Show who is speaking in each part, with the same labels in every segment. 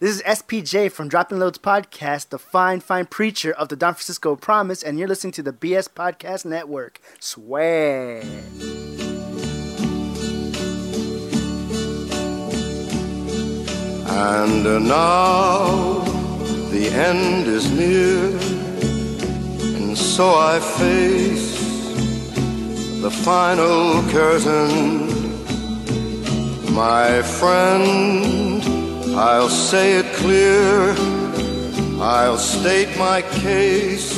Speaker 1: This is SPJ from Dropping Loads Podcast, the fine, fine preacher of the Don Francisco Promise, and you're listening to the BS Podcast Network. Swag.
Speaker 2: And uh, now the end is near, and so I face the final curtain. My friend, I'll say it clear, I'll state my case,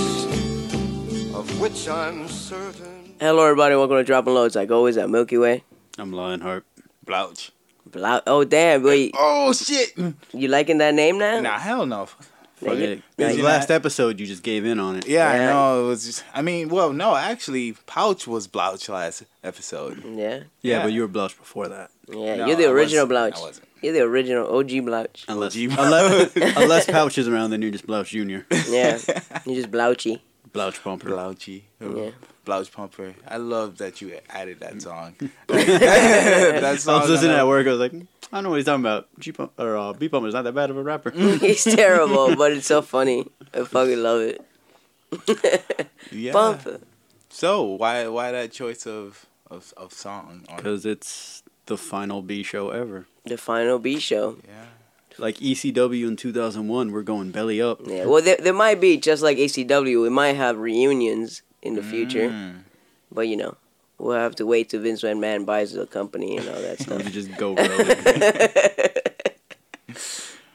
Speaker 2: of which I'm certain.
Speaker 3: Hello, everybody. Welcome to Dropping Loads. Like always, at Milky Way.
Speaker 4: I'm Lionheart. Blouch.
Speaker 3: Blau- oh, damn. Wait,
Speaker 4: Oh shit!
Speaker 3: you liking that name now?
Speaker 5: Nah, hell no.
Speaker 4: Fuck
Speaker 3: Nah,
Speaker 4: it. This
Speaker 3: you
Speaker 4: is
Speaker 3: not-
Speaker 4: last episode you just gave in on it.
Speaker 5: Yeah,
Speaker 3: Yeah.
Speaker 5: I know. It was just, I mean, well, no, actually, Pouch was Blouch last episode.
Speaker 3: Yeah.
Speaker 4: Yeah,
Speaker 5: Yeah.
Speaker 4: but you were Blouch before that.
Speaker 3: Yeah,
Speaker 5: No,
Speaker 3: you're the
Speaker 5: I
Speaker 3: original
Speaker 5: wasn't. I
Speaker 3: Blouch.
Speaker 5: wasn't.
Speaker 3: You're the original OG Blouch.
Speaker 4: Unless
Speaker 5: OG.
Speaker 4: unless, unless Pouch is around, then you're just Blouch Junior.
Speaker 3: Yeah. you're just Blouchy.
Speaker 4: Blouch Pumper.
Speaker 5: Blouchy.
Speaker 3: Yeah.
Speaker 5: Blouch Pumper. I love that you added that song. that
Speaker 4: I
Speaker 5: song
Speaker 4: was listening
Speaker 5: uh,
Speaker 4: at work. I was like, "Hmm, I know what he's talking about. G Pump or uh, B Pumper's not that bad of a rapper.
Speaker 5: Mm.
Speaker 3: He's terrible, but it's so funny. I fucking love it.
Speaker 5: Yeah.
Speaker 3: Bump.
Speaker 5: So why why that choice of of, of song? on-
Speaker 4: Because it's the final B show ever.
Speaker 3: The final B show.
Speaker 5: yeah.
Speaker 4: Like ECW in 2001, we're going belly up.
Speaker 3: Yeah. Well, there, there might be, just like ACW, we might have reunions in the future.
Speaker 5: Mm.
Speaker 3: But, you know, we'll have to wait till Vince McMahon buys the company and all that
Speaker 4: We
Speaker 3: stuff.
Speaker 4: could just go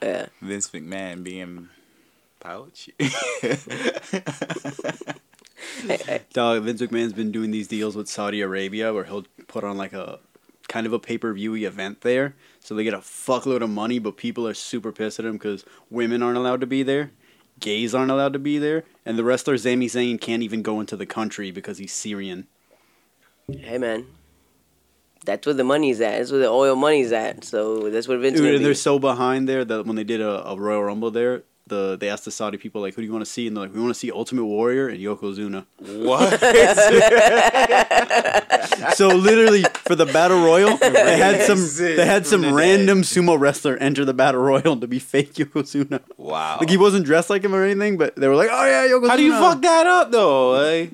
Speaker 4: rogue.
Speaker 3: yeah.
Speaker 5: Vince McMahon being Pouch.
Speaker 4: Dog, Vince McMahon's been doing these deals with Saudi Arabia where he'll put on like a kind of a pay per view event there. So they get a fuckload of money, but people are super pissed at him because women aren't allowed to be there, gays aren't allowed to be there, and the wrestler Sami Zayn can't even go into the country because he's Syrian.
Speaker 3: Hey, man. That's where the money's at. That's where the oil money's at. So that's where Vince.
Speaker 4: Dude,
Speaker 3: gonna
Speaker 4: and
Speaker 3: be.
Speaker 4: they're so behind there that when they did a, a Royal Rumble there, the they asked the Saudi people like, "Who do you want to see?" And they're like, "We want to see Ultimate Warrior and Yokozuna."
Speaker 5: what?
Speaker 4: so literally for the battle royal, they had some
Speaker 5: Racist
Speaker 4: they had some
Speaker 5: from the
Speaker 4: random sumo wrestler enter the battle royal to be fake Yokozuna.
Speaker 5: Wow.
Speaker 4: Like he wasn't dressed like him or anything, but they were like, "Oh yeah, Yokozuna."
Speaker 5: Oh. how do you fuck that up though? Like,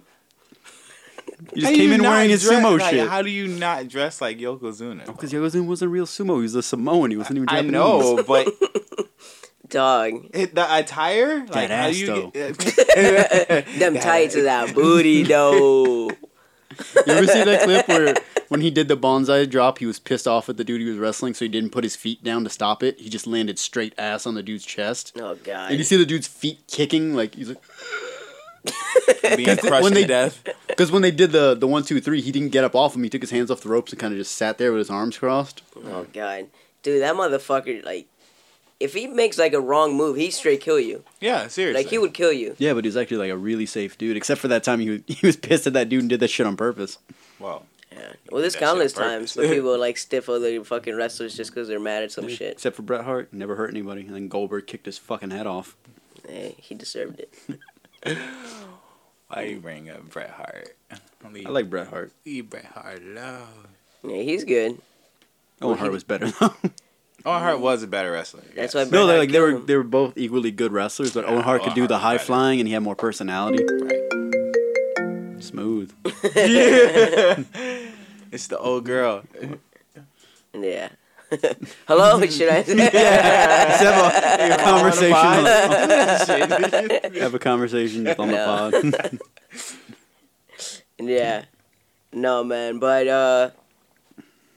Speaker 4: He
Speaker 5: How
Speaker 4: just
Speaker 5: do
Speaker 4: came
Speaker 5: you
Speaker 4: in
Speaker 5: not
Speaker 4: wearing his
Speaker 5: dress-
Speaker 4: sumo
Speaker 5: like,
Speaker 4: shit.
Speaker 5: How do you not dress like Yokozuna?
Speaker 4: Because Yokozuna wasn't a real sumo; he was a Samoan. He wasn't even
Speaker 5: I
Speaker 4: Japanese.
Speaker 5: know, but
Speaker 3: Dog.
Speaker 5: it, the attire, like how
Speaker 4: ass,
Speaker 5: do you
Speaker 4: though.
Speaker 5: get?
Speaker 3: Them tights is that booty, though. Oh,
Speaker 4: You ever see that clip where when he did the bonsai drop, he was pissed off at the dude he was wrestling, so he didn't put his feet down to stop it. He just landed straight ass on the dude's chest.
Speaker 3: Oh, God.
Speaker 4: And you see the dude's feet kicking, like he's like,
Speaker 5: being crushed
Speaker 4: when
Speaker 5: to
Speaker 4: they-
Speaker 5: death.
Speaker 4: because when they did the the one two three, he didn't get up off him. He took his hands off the ropes and kind of just sat there with his arms crossed.
Speaker 3: Oh god, dude, that motherfucker! Like, if he makes like a wrong move, he straight kill you.
Speaker 5: Yeah, seriously.
Speaker 3: Like he would kill you.
Speaker 4: Yeah, but he's actually like a really safe dude, except for that time he was, he was pissed at that dude and did that shit on purpose.
Speaker 5: Wow.
Speaker 3: Yeah. Well, there's
Speaker 5: That shit on
Speaker 3: countless
Speaker 5: purpose.
Speaker 3: times where people like stiff other fucking wrestlers just because they're mad at some shit.
Speaker 4: Except for Bret Hart, never hurt anybody, and then Goldberg kicked his fucking head off.
Speaker 3: Hey, he deserved it.
Speaker 5: Why you bring up Bret Hart? Leave,
Speaker 4: I like Bret Hart.
Speaker 5: leave Bret Hart alone.
Speaker 3: Yeah, he's good.
Speaker 4: Owen Hart was better though.
Speaker 5: Owen Oh, Hart was a better wrestler.
Speaker 3: That's
Speaker 5: yes.
Speaker 3: why-
Speaker 4: no,
Speaker 3: Bret
Speaker 4: they
Speaker 3: Hart
Speaker 4: like they
Speaker 3: killed
Speaker 4: were
Speaker 3: him.
Speaker 4: they were both equally good wrestlers, but Owen Hart
Speaker 5: Owen
Speaker 4: could do the
Speaker 5: Hart was
Speaker 4: high
Speaker 5: better.
Speaker 4: flying and he had more personality. Smooth.
Speaker 5: Right. it's the old girl.
Speaker 3: Yeah. Hello, should I?
Speaker 4: Let's have a, conversation.
Speaker 5: On
Speaker 4: on-
Speaker 5: Oh, Shit.
Speaker 4: have a conversation just on the
Speaker 3: No.
Speaker 4: pod.
Speaker 3: yeah. No man, but uh,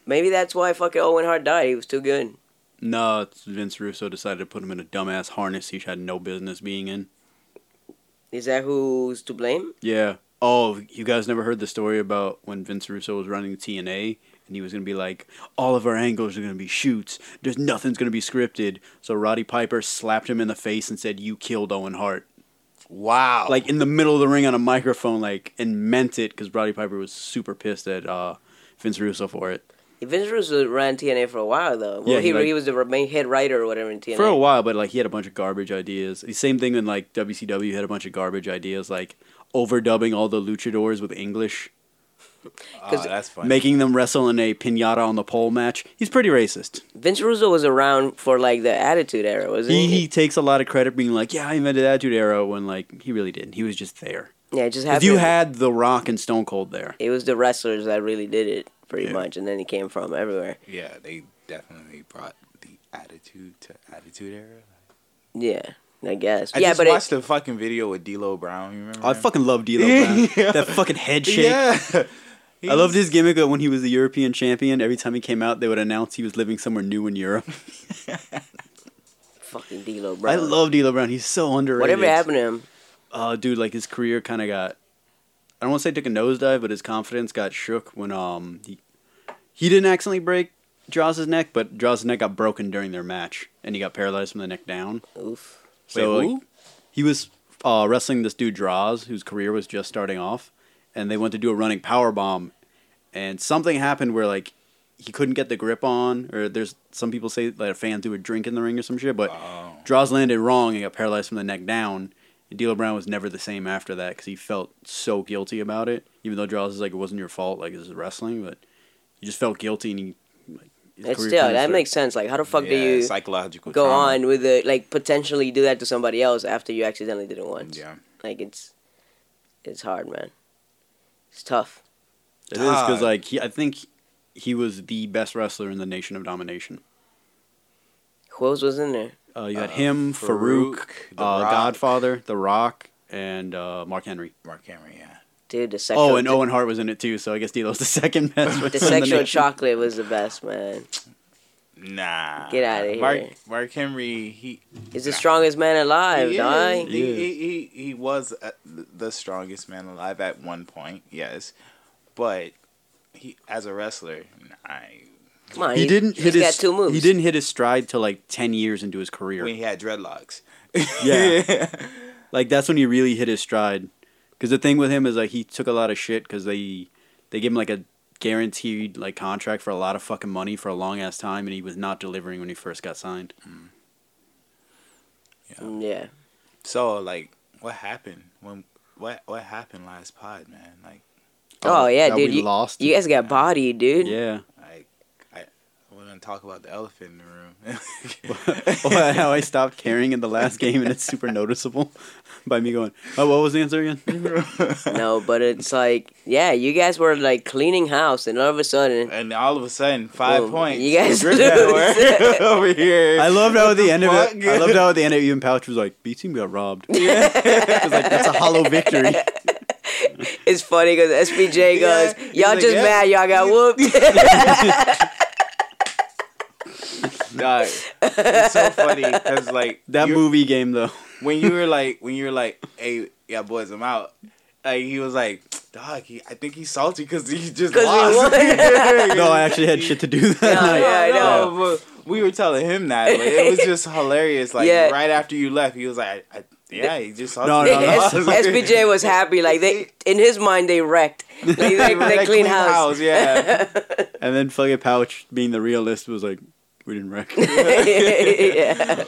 Speaker 3: maybe that's why fucking Owen Hart died. He was too good.
Speaker 4: no, it's Vince Russo decided to put him in a dumbass harness he had no business being in.
Speaker 3: Is that who's to blame?
Speaker 4: Yeah. Oh, you guys never heard the story about when Vince Russo was running TNA and he was going to be like, all of our angles are going to be shoots. There's nothing's going to be scripted. So Roddy Piper slapped him in the face and said, You killed Owen Hart.
Speaker 5: Wow.
Speaker 4: Like in the middle of the ring on a microphone, like, and meant it because Roddy Piper was super pissed at uh, Vince Russo for it.
Speaker 3: Vince Russo ran TNA for a while though. Well,
Speaker 4: Yeah,
Speaker 3: he, he,
Speaker 4: he, like-
Speaker 3: was the main head writer or whatever in TNA.
Speaker 4: for a while, but like he had a bunch of garbage ideas. The same thing in like WCW had a bunch of garbage ideas, like overdubbing all the luchadors with English.
Speaker 5: Oh, that's funny.
Speaker 4: making them wrestle in a pinata on the pole match. He's pretty racist.
Speaker 3: Vince Russo was around for like the Attitude Era, wasn't
Speaker 4: He,
Speaker 3: he?
Speaker 4: he takes a lot of credit being like, yeah, I invented Attitude Era when like he really didn't. He was just there.
Speaker 3: yeah, it just
Speaker 4: If
Speaker 3: happened.
Speaker 4: you had The Rock and Stone Cold there,
Speaker 3: it was the wrestlers that really did it pretty
Speaker 4: Yeah.
Speaker 3: much, and then he came from everywhere.
Speaker 5: Yeah, they definitely brought the attitude to attitude era.
Speaker 3: Yeah, I guess.
Speaker 5: I
Speaker 3: yeah,
Speaker 5: just
Speaker 3: but
Speaker 5: watched
Speaker 3: it,
Speaker 5: the fucking video with D'Lo Brown. You remember?
Speaker 4: I
Speaker 5: him?
Speaker 4: fucking love D'Lo
Speaker 5: Yeah.
Speaker 4: Brown. That fucking head shake.
Speaker 5: Yeah.
Speaker 4: I loved his gimmick of when he was the European champion. Every time he came out, they would announce he was living somewhere new in Europe.
Speaker 3: fucking D'Lo, bro.
Speaker 4: I love D'Lo Brown. He's so underrated.
Speaker 3: whatever happened to him.
Speaker 4: uh, dude, like his career kind of got. I don't want to say took a nosedive, but his confidence got shook when um he, he didn't accidentally break Jaws' neck, but Jaws' neck got broken during their match, and he got paralyzed from the neck down.
Speaker 3: Oof.
Speaker 4: So
Speaker 5: Wait,
Speaker 4: like,
Speaker 5: who?
Speaker 4: he was uh, wrestling this dude Draws, whose career was just starting off, and they went to do a running power bomb, and something happened where like he couldn't get the grip on, or there's some people say that fans do a drink in the ring or some shit, but
Speaker 5: Oh.
Speaker 4: Draws landed wrong and got paralyzed from the neck down. And D'Lo Brown was never the same after that because he felt so guilty about it, even though Draws is like it wasn't your fault, like this is wrestling, but he just felt guilty and he. Like, his
Speaker 3: It's
Speaker 4: career
Speaker 3: still
Speaker 4: kinda
Speaker 3: that
Speaker 4: started-
Speaker 3: makes sense. Like, how the fuck do
Speaker 5: Yeah,
Speaker 3: you
Speaker 5: psychological
Speaker 3: go
Speaker 5: trauma.
Speaker 3: on with the like potentially do that to somebody else after you accidentally did it once?
Speaker 5: Yeah.
Speaker 3: like it's it's hard, man. It's tough.
Speaker 4: It is because
Speaker 5: God.
Speaker 4: like he, I think he was the best wrestler in the Nation of Domination.
Speaker 3: Who else was in there?
Speaker 4: Uh, you had him, Farouk,
Speaker 5: Farouk, The
Speaker 4: uh,
Speaker 5: Rock.
Speaker 4: Godfather, The Rock, and uh, Mark Henry.
Speaker 5: Mark Henry. Yeah.
Speaker 3: Dude, the sexual.
Speaker 4: Oh, and Owen Hart was in it too. So I guess D'Lo's the second best. wrestler in
Speaker 3: The sexual
Speaker 4: nation.
Speaker 3: chocolate was the best, man.
Speaker 5: Nah.
Speaker 3: Get outta
Speaker 5: Mark,
Speaker 3: here.
Speaker 5: Mark Henry. He.
Speaker 3: He's the strongest man alive,
Speaker 5: he,
Speaker 3: dog.
Speaker 5: is. he,
Speaker 4: Yeah.
Speaker 5: he, he, he was uh, th- the strongest man alive at one point. Yes, but he as a wrestler, I
Speaker 3: Come on,
Speaker 4: He didn't
Speaker 3: he's
Speaker 4: hit
Speaker 3: got
Speaker 4: his.
Speaker 3: two moves.
Speaker 4: He didn't hit his stride till like ten years into his career.
Speaker 5: when he had dreadlocks.
Speaker 4: Yeah. like that's when he really hit his stride. Because the thing with him is like he took a lot of shit because they they gave him like a guaranteed like contract for a lot of fucking money for a long ass time, and he was not delivering when he first got signed.
Speaker 3: Yeah,
Speaker 5: So like, what happened when? What what happened last pod, man? Like,
Speaker 3: Oh, yeah,
Speaker 4: that
Speaker 3: dude.
Speaker 4: we
Speaker 3: you,
Speaker 4: lost.
Speaker 3: you guys got bodied, dude.
Speaker 4: Yeah.
Speaker 5: I I we're gonna talk about the elephant in the room.
Speaker 4: Or how I stopped caring in the last game, and it's super noticeable by me going, "Oh, what was the answer again?"
Speaker 3: No, but it's like, yeah, you guys were like cleaning house, and all of a sudden,
Speaker 5: and all of a sudden, five
Speaker 3: Boom.
Speaker 5: points.
Speaker 3: You guys
Speaker 5: Drip that
Speaker 3: lose.
Speaker 5: word over here.
Speaker 4: I loved how at the end of it,
Speaker 5: fuck?
Speaker 4: I loved how at the end of it, even Pouch was like, "B team got robbed." Yeah. like that's a hollow victory.
Speaker 3: it's funny because SPJ
Speaker 5: Yeah,
Speaker 3: goes,
Speaker 5: he's
Speaker 3: "Y'all
Speaker 5: like,
Speaker 3: just
Speaker 5: yeah.
Speaker 3: mad, y'all got whooped."
Speaker 5: Dog, it's so funny because like
Speaker 4: That
Speaker 5: you-
Speaker 4: movie game though.
Speaker 5: when you were like when you were like, hey, yeah, boys, I'm out. Like he was like, dog, he, I think he's salty because he just
Speaker 3: 'Cause we
Speaker 5: lost.
Speaker 3: won.
Speaker 4: No, I actually had shit to do
Speaker 3: Yeah,
Speaker 4: that night.
Speaker 3: yeah. I know.
Speaker 5: but we were telling him that. But it was just hilarious. Like
Speaker 3: Yeah.
Speaker 5: right after you left, he was like, I, I, yeah, he just salty.
Speaker 4: No, no, no.
Speaker 5: I
Speaker 3: S-
Speaker 5: was like-
Speaker 3: SPJ was happy, like they, in his mind, they wrecked. Like, they, they,
Speaker 5: Like,
Speaker 3: clean house.
Speaker 5: yeah.
Speaker 4: And then fucking Pouch, being the realist, was like, "We didn't wreck."
Speaker 3: yeah.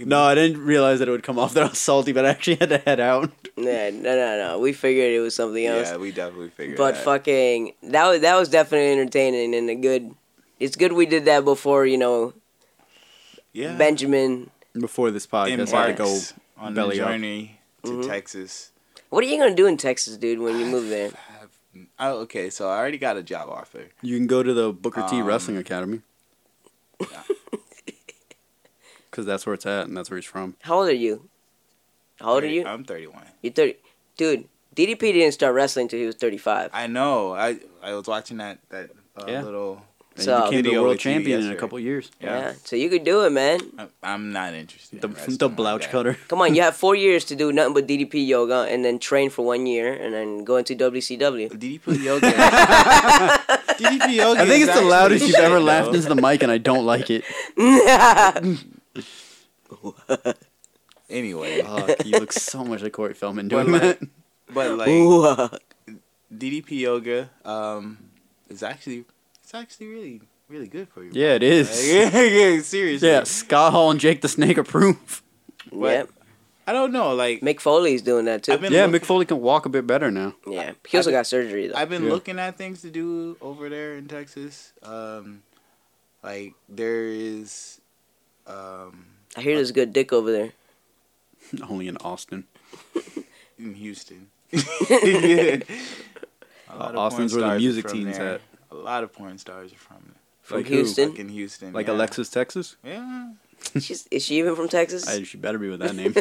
Speaker 4: no, I didn't realize that it would come off that I was salty, but I actually had to head out.
Speaker 3: Nah, no, no, no. We figured it was something else.
Speaker 5: yeah, we definitely figured.
Speaker 3: But
Speaker 5: that.
Speaker 3: fucking that was that was definitely entertaining and a good. It's good we did that before you know
Speaker 5: yeah.
Speaker 3: Benjamin.
Speaker 4: Before this podcast, I had to go
Speaker 5: embarks on the
Speaker 4: belly up.
Speaker 5: journey to
Speaker 3: Mm-hmm.
Speaker 5: Texas.
Speaker 3: What are you gonna do in Texas, dude? When you move there,
Speaker 5: Oh, okay, so I already got a job offer.
Speaker 4: You can go to the Booker T
Speaker 5: Um,
Speaker 4: Wrestling Academy. Because that's where it's at, and that's where he's from.
Speaker 3: how old are you? How old are Oh, you?
Speaker 5: I'm 31.
Speaker 3: You're thirty, dude. DDP didn't start wrestling until he was thirty-five.
Speaker 5: I know. I I was watching that that uh,
Speaker 4: Yeah.
Speaker 5: little.
Speaker 4: And
Speaker 3: So-
Speaker 4: he became the
Speaker 5: Video
Speaker 4: world
Speaker 5: with you
Speaker 4: champion in a
Speaker 5: yesterday.
Speaker 4: couple years.
Speaker 3: Yeah.
Speaker 5: Yeah.
Speaker 3: so you could do it, man.
Speaker 5: I'm- I'm not interested.
Speaker 4: The,
Speaker 5: in wrestling
Speaker 4: the
Speaker 5: like
Speaker 4: Blouch
Speaker 5: that.
Speaker 4: Cutter.
Speaker 3: Come on, you have four years to do nothing but DDP yoga and then train for one year and then go into WCW.
Speaker 5: DDP yoga. DDP yoga.
Speaker 4: I think
Speaker 5: is
Speaker 4: it's the
Speaker 5: actually
Speaker 4: loudest you've
Speaker 5: shit,
Speaker 4: ever laughed
Speaker 5: though.
Speaker 4: into the mic, and I don't like it.
Speaker 5: Anyway,
Speaker 4: Fuck, you look so much like Corey Feldman doing
Speaker 5: But,
Speaker 4: that.
Speaker 5: like- but like
Speaker 3: Ooh, uh,
Speaker 5: DDP yoga um is actually it's actually really really good for you.
Speaker 4: Yeah, it is.
Speaker 5: Like, yeah, seriously.
Speaker 4: Yeah, Scott Hall and Jake the Snake approve.
Speaker 5: But
Speaker 3: yep.
Speaker 5: I don't know. Like
Speaker 3: Mick Foley's doing that too.
Speaker 5: I've been-
Speaker 4: Yeah,
Speaker 5: look-
Speaker 4: Mick Foley can walk a bit better now.
Speaker 3: yeah, he also
Speaker 5: I've-
Speaker 3: got surgery though.
Speaker 5: I've been
Speaker 4: Yeah.
Speaker 5: looking at things to do over there in Texas. Um, like there is, um,
Speaker 3: I hear there's good dick over there.
Speaker 4: Only in Austin.
Speaker 5: in Houston. yeah. A lot of porn
Speaker 4: Austin's where the
Speaker 5: stars are
Speaker 4: music
Speaker 5: from
Speaker 4: team's
Speaker 5: there.
Speaker 4: at.
Speaker 5: A lot of porn stars are from there.
Speaker 3: From
Speaker 4: Like who?
Speaker 3: Houston,
Speaker 5: Like in Houston,
Speaker 4: Like
Speaker 5: yeah.
Speaker 4: Alexis, Texas.
Speaker 5: Yeah,
Speaker 3: She's, is she even from Texas?
Speaker 4: I,
Speaker 3: I,
Speaker 4: she better be with that name.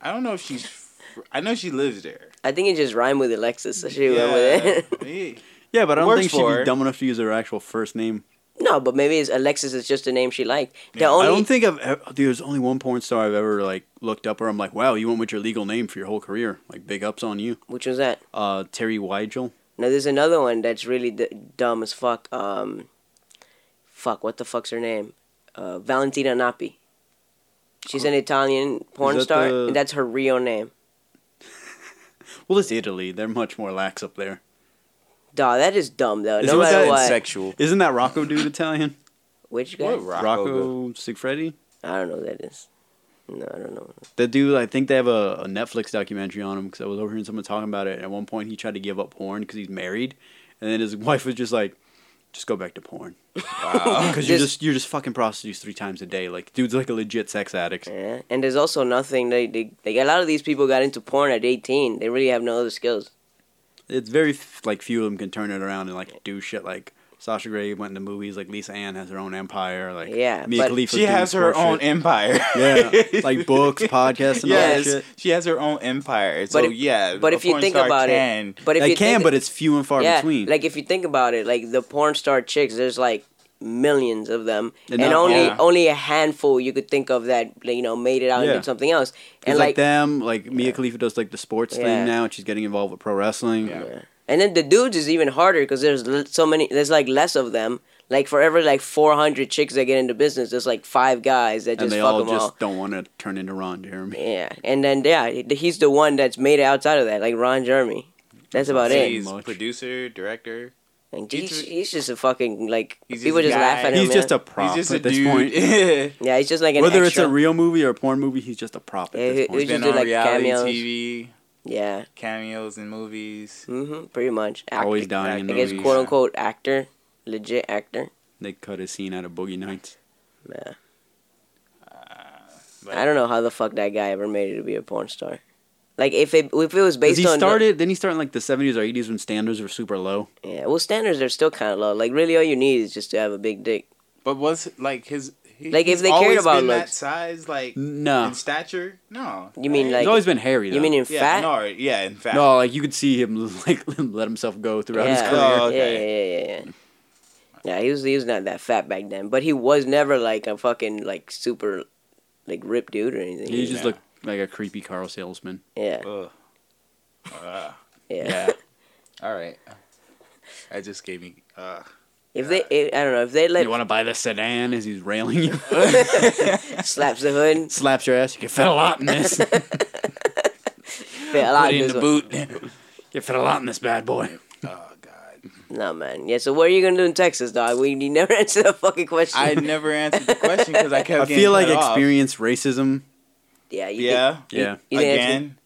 Speaker 5: I don't know if she's. Fr- I know she lives there.
Speaker 3: think it just rhymed with Alexis, so she went with it.
Speaker 5: Yeah.
Speaker 4: yeah, but I don't
Speaker 5: Works
Speaker 4: think she'd
Speaker 5: for
Speaker 4: be
Speaker 5: her.
Speaker 4: dumb enough to use her actual first name.
Speaker 3: No, but maybe it's Alexis is just a name she liked. The
Speaker 5: Yeah, I
Speaker 3: only
Speaker 4: I don't think I've ever, dude. There's only one porn star I've ever like looked up, where I'm like, wow, you went with your legal name for your whole career. Like, big ups on you.
Speaker 3: which was that.
Speaker 4: Uh, Terry Weigel.
Speaker 3: Now there's another one that's really d- dumb as fuck. Um, fuck, what the fuck's her name? Uh, Valentina Napi. She's an Italian porn
Speaker 4: that
Speaker 3: star,
Speaker 4: the-
Speaker 3: and that's her real name.
Speaker 4: Well, it's Italy. They're much more lax up there.
Speaker 3: Duh, that is dumb though.
Speaker 4: Isn't
Speaker 3: no
Speaker 4: that
Speaker 3: matter
Speaker 4: in
Speaker 3: what,
Speaker 5: Sexual.
Speaker 4: Isn't that Rocco dude Italian?
Speaker 3: which guy?
Speaker 5: What Rocco?
Speaker 4: Rocco Sigfredi.
Speaker 3: I don't know who that is. No, I don't know.
Speaker 4: That dude, I think they have a, a Netflix documentary on him because I was overhearing someone talking about it. And at one point, he tried to give up porn because he's married, and then his wife was just like, "Just go back to porn." Because you're
Speaker 3: Just-
Speaker 4: just you're just fucking prostitutes three times a day. Like, dude's like a legit sex addict.
Speaker 3: Yeah, Eh? and there's also nothing. They, they, they a lot of these people got into porn at 18. They really have no other skills.
Speaker 4: It's very f- like few of them can turn it around and like do shit like. Sasha Grey went into movies like Lisa Ann has her own empire. Like
Speaker 3: Yeah,
Speaker 4: Mia
Speaker 3: but-
Speaker 4: Khalifa's
Speaker 5: She
Speaker 4: doing
Speaker 5: has her
Speaker 4: sport
Speaker 5: own
Speaker 4: shit.
Speaker 5: empire.
Speaker 4: yeah, like books, podcasts, and all that
Speaker 5: yes,
Speaker 4: shit.
Speaker 5: she has her own empire. So
Speaker 3: if-
Speaker 5: yeah,
Speaker 3: But
Speaker 5: a
Speaker 3: if you
Speaker 5: porn
Speaker 3: think
Speaker 5: star
Speaker 3: about
Speaker 5: can-
Speaker 3: it, but if
Speaker 4: they
Speaker 3: you
Speaker 4: can,
Speaker 3: think,
Speaker 4: but it's few and far
Speaker 3: yeah,
Speaker 4: between.
Speaker 3: like if you think about it, like the porn star chicks, there's like millions of them,
Speaker 4: And
Speaker 3: and,
Speaker 4: not-
Speaker 3: only
Speaker 5: yeah.
Speaker 3: only a handful you could think of that like, you know made it out
Speaker 4: Yeah.
Speaker 3: into something else. And
Speaker 4: It's like,
Speaker 3: like,
Speaker 4: them, like Mia Khalifa does like the sports
Speaker 3: Yeah.
Speaker 4: thing now, and she's getting involved with pro wrestling.
Speaker 5: Yeah.
Speaker 3: and then the dudes is even harder because there's l- so many. There's like less of them. Like for every like 400 chicks that get into business, there's like five guys that
Speaker 4: And
Speaker 3: just
Speaker 4: they
Speaker 3: fuck
Speaker 4: all
Speaker 3: them
Speaker 4: just
Speaker 3: all.
Speaker 4: don't want to turn into Ron Jeremy.
Speaker 3: Yeah, and then yeah, he- he's the one that's made it outside of that, like Ron Jeremy. That's about it.
Speaker 5: She's
Speaker 4: Much.
Speaker 5: producer, director.
Speaker 3: Like,
Speaker 5: he's
Speaker 3: he's,
Speaker 5: a-
Speaker 3: he's just a fucking like
Speaker 5: He's just
Speaker 3: people
Speaker 5: a
Speaker 3: just
Speaker 5: guy.
Speaker 3: laugh at him.
Speaker 4: He's
Speaker 3: yeah.
Speaker 4: just a prop
Speaker 5: He's just
Speaker 4: at
Speaker 5: a
Speaker 4: this
Speaker 5: dude.
Speaker 4: point.
Speaker 3: yeah, he's just like an
Speaker 4: Whether it's
Speaker 3: extra.
Speaker 4: a real movie or a porn movie, he's just a prop at
Speaker 3: Yeah,
Speaker 4: this
Speaker 3: he-
Speaker 4: point.
Speaker 3: he-
Speaker 5: Been
Speaker 3: do,
Speaker 5: on
Speaker 3: like,
Speaker 5: reality
Speaker 3: cameos.
Speaker 5: TV,
Speaker 3: yeah,
Speaker 5: cameos in movies.
Speaker 3: hmm pretty much. Act-
Speaker 4: Always dying in
Speaker 3: I guess
Speaker 4: movies.
Speaker 3: quote unquote actor, legit actor.
Speaker 4: They cut a scene out of Boogie Nights.
Speaker 3: Yeah.
Speaker 4: Uh,
Speaker 5: but-
Speaker 3: I don't know how the fuck that guy ever made it to be a porn star. Like if it if it was
Speaker 4: 'Cause
Speaker 3: based
Speaker 4: he
Speaker 3: on the-
Speaker 4: started, then he started in like the 70s or 80s when standards were super low.
Speaker 3: yeah, well standards are still kind of low. Like really, all you need is just to have a big dick.
Speaker 5: But was like his he,
Speaker 3: Like, if
Speaker 5: he's
Speaker 3: they cared
Speaker 5: always
Speaker 3: about
Speaker 5: been that
Speaker 3: looks.
Speaker 5: size, like
Speaker 4: No.
Speaker 5: in stature? No.
Speaker 3: You mean,
Speaker 5: Right?
Speaker 4: He's
Speaker 3: like-
Speaker 4: always been hairy, though.
Speaker 3: You mean in
Speaker 5: yeah,
Speaker 3: fat?
Speaker 5: No, yeah, in fact.
Speaker 4: No, like you could see him like let himself go throughout his
Speaker 3: yeah.
Speaker 4: career.
Speaker 5: career. Oh,
Speaker 3: yeah, yeah, yeah, yeah. Yeah, he was he was not that fat back then, but he was never like a fucking like super like ripped dude or anything.
Speaker 4: He just
Speaker 5: Yeah.
Speaker 4: looked like a creepy Carl salesman.
Speaker 3: yeah,
Speaker 5: Ugh. Ugh.
Speaker 3: yeah.
Speaker 4: Yeah.
Speaker 5: all right. That just gave me. Uh,
Speaker 3: If they, if, I don't know, if they let
Speaker 4: you want to buy the sedan as he's railing you?
Speaker 3: slaps the hood,
Speaker 4: Slaps your ass. You can fit a lot in this.
Speaker 3: fit a lot of
Speaker 4: Put in
Speaker 3: this
Speaker 4: the
Speaker 3: one.
Speaker 4: boot. You fit a lot in this bad boy.
Speaker 5: oh God.
Speaker 3: No man, yeah. So what are you gonna do in Texas, dog? We you never answer the fucking question.
Speaker 5: I never answered the question because I kept.
Speaker 4: I
Speaker 5: getting
Speaker 4: feel like
Speaker 5: cut off.
Speaker 4: experience racism.
Speaker 3: yeah, you think-
Speaker 5: Yeah.
Speaker 4: Yeah.
Speaker 3: You didn't answer-
Speaker 5: Again.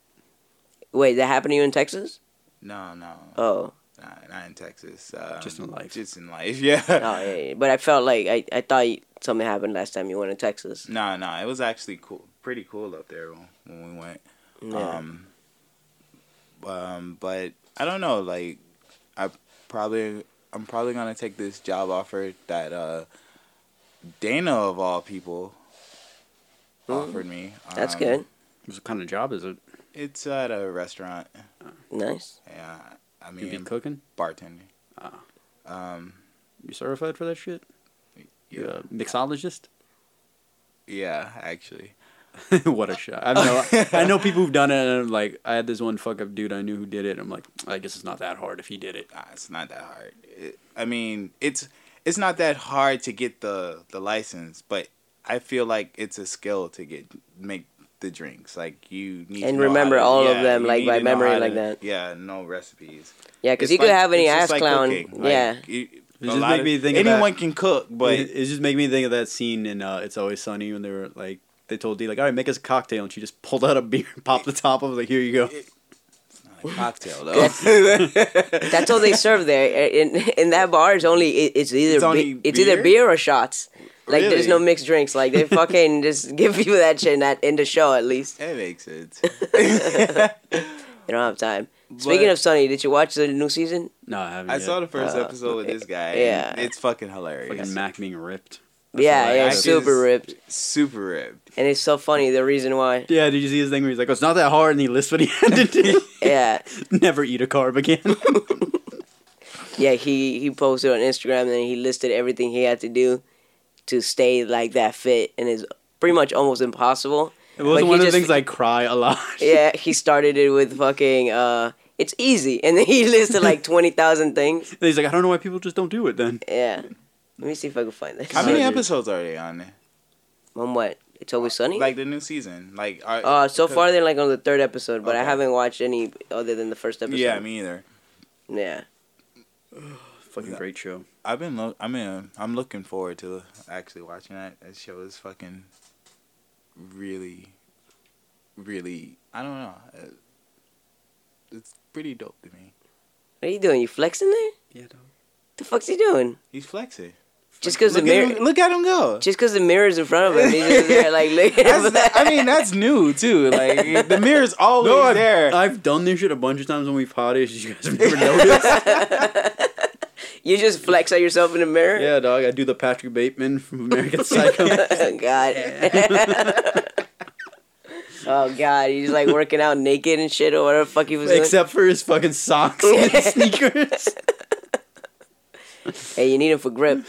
Speaker 3: wait, that happened to you in Texas?
Speaker 5: No, no,
Speaker 3: Oh,
Speaker 5: not, not in Texas. Um,
Speaker 4: Just in life.
Speaker 5: Just in life. Yeah.
Speaker 3: oh yeah, yeah. But I felt like I, I thought you- something happened last time you went to Texas.
Speaker 5: No, no, it was actually cool, pretty cool up there when we went. Um, um, but I don't know. Like, I probably, I'm probably gonna take this job offer that uh, Dana of all people offered me.
Speaker 3: Mm-hmm. That's
Speaker 5: Um,
Speaker 3: good.
Speaker 4: What kind of job is it?
Speaker 5: It's at a restaurant.
Speaker 3: Nice.
Speaker 5: Yeah, I
Speaker 4: You be Ah.
Speaker 5: mean,
Speaker 4: cooking?
Speaker 5: bartender. Um,
Speaker 4: You certified for that shit? You
Speaker 5: Yeah,
Speaker 4: a mixologist?
Speaker 5: yeah, actually.
Speaker 4: what a shot! I know. I know people who've done it, and I'm like, I had this one fuck up dude I knew who did it. And I'm like, I guess it's not that hard if he did it.
Speaker 5: Nah, it's not that hard. It, I mean, it's it's not that hard to get the the license, but I feel like it's a skill to get make the drinks. Like you need
Speaker 3: And
Speaker 5: to know how
Speaker 3: remember
Speaker 5: to-
Speaker 3: all of
Speaker 5: yeah,
Speaker 3: them,
Speaker 5: you
Speaker 3: like,
Speaker 5: need
Speaker 3: by
Speaker 5: to know
Speaker 3: memory
Speaker 5: how
Speaker 3: like
Speaker 5: to-
Speaker 3: that.
Speaker 5: Yeah, no recipes.
Speaker 3: Yeah, because
Speaker 5: It's
Speaker 3: you could
Speaker 5: like-
Speaker 3: have any
Speaker 5: it's just
Speaker 3: ass
Speaker 5: like
Speaker 3: clown.
Speaker 5: cooking. Like,
Speaker 3: yeah.
Speaker 5: you- a
Speaker 4: just
Speaker 5: lot
Speaker 4: make
Speaker 5: of-
Speaker 4: me think of
Speaker 5: anyone
Speaker 4: that-
Speaker 5: can cook,
Speaker 4: But
Speaker 5: but
Speaker 4: it, it just made me think of that scene in uh, "It's Always Sunny" when they were like. they told D like, all right, make us a cocktail, and she just pulled out a beer, and popped the top of it, like, here you go.
Speaker 5: Like cocktail though.
Speaker 3: That's all they serve there. In in that bar is only it, it's either
Speaker 4: It's
Speaker 3: it's,
Speaker 4: only
Speaker 3: it's either
Speaker 4: beer?
Speaker 3: beer or shots. Like there's
Speaker 4: Really?
Speaker 3: no mixed drinks. Like they fucking just give you that shit in that in the show at least.
Speaker 5: that makes sense.
Speaker 3: You don't have time. Speaking
Speaker 5: But-
Speaker 3: of Sunny, did you watch the new season?
Speaker 4: No, I haven't.
Speaker 5: I
Speaker 4: yet.
Speaker 5: saw the first
Speaker 3: Uh,
Speaker 5: episode with this guy.
Speaker 3: yeah.
Speaker 5: and It's fucking hilarious.
Speaker 4: fucking Mac being ripped.
Speaker 3: yeah, yeah,
Speaker 5: hilarious.
Speaker 3: super
Speaker 5: Actually,
Speaker 3: ripped,
Speaker 5: Super ripped.
Speaker 3: and it's so funny. The reason why,
Speaker 4: Yeah, did you see his thing where he's like, oh, it's not that hard, and he lists what he had to do.
Speaker 3: yeah,
Speaker 4: Never eat a carb again.
Speaker 3: yeah, he he posted on Instagram and he listed everything he had to do to stay like that fit, and it's pretty much almost impossible.
Speaker 4: It wasn't
Speaker 3: But he
Speaker 4: one of the
Speaker 3: just-
Speaker 4: things I cry a lot.
Speaker 3: Yeah, he started it with fucking. uh It's easy, and then he listed like twenty thousand things.
Speaker 4: And he's like, I don't know why people just don't do it then.
Speaker 3: Yeah, let me see if I can find this.
Speaker 5: How many
Speaker 4: dude.
Speaker 5: episodes are they on?
Speaker 3: On what? It's always sunny.
Speaker 5: Like the new season? Like are,
Speaker 3: uh, so far they're like on the third episode, but I
Speaker 5: Okay.
Speaker 3: haven't watched any other than the first episode.
Speaker 5: Yeah, me either.
Speaker 3: yeah.
Speaker 4: Fucking great show.
Speaker 5: I've been look. I mean, I'm looking forward to actually watching that. That show is fucking really, really. I don't know. Uh, It's pretty dope to me.
Speaker 3: What are you doing? You flexing there?
Speaker 4: Yeah, dog.
Speaker 3: The fuck's he doing?
Speaker 5: He's flexing.
Speaker 3: Just because the
Speaker 5: Look at,
Speaker 3: mirror,
Speaker 5: him, look at him go.
Speaker 3: just because the mirror's in front of him, he's just there like looking.
Speaker 5: That's,
Speaker 3: at that.
Speaker 5: I mean, that's new too. Like the mirror's always
Speaker 4: I've,
Speaker 5: there.
Speaker 4: I've done this shit a bunch of times when we've potted. You guys have never noticed.
Speaker 3: you just flex at yourself in the mirror.
Speaker 4: yeah, dog. I do the Patrick Bateman from American Psycho.
Speaker 3: God. oh God, he's like working out naked and shit or whatever the fuck he was doing.
Speaker 4: Except for his fucking socks and sneakers.
Speaker 3: Hey, you need him for grip.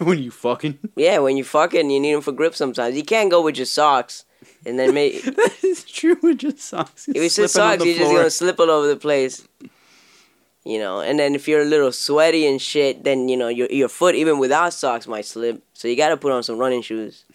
Speaker 4: when you fucking.
Speaker 3: Yeah, when you fucking, you need him for grip sometimes. You can't go with your socks. And then make, if
Speaker 4: That is true with just socks. He's
Speaker 3: it's just
Speaker 4: slipping on
Speaker 3: socks,
Speaker 4: the
Speaker 3: you're just
Speaker 4: floor.
Speaker 3: gonna slip all over the place. You know, and then if you're a little sweaty and shit, then you know your your foot even without socks might slip. So you gotta put on some running shoes.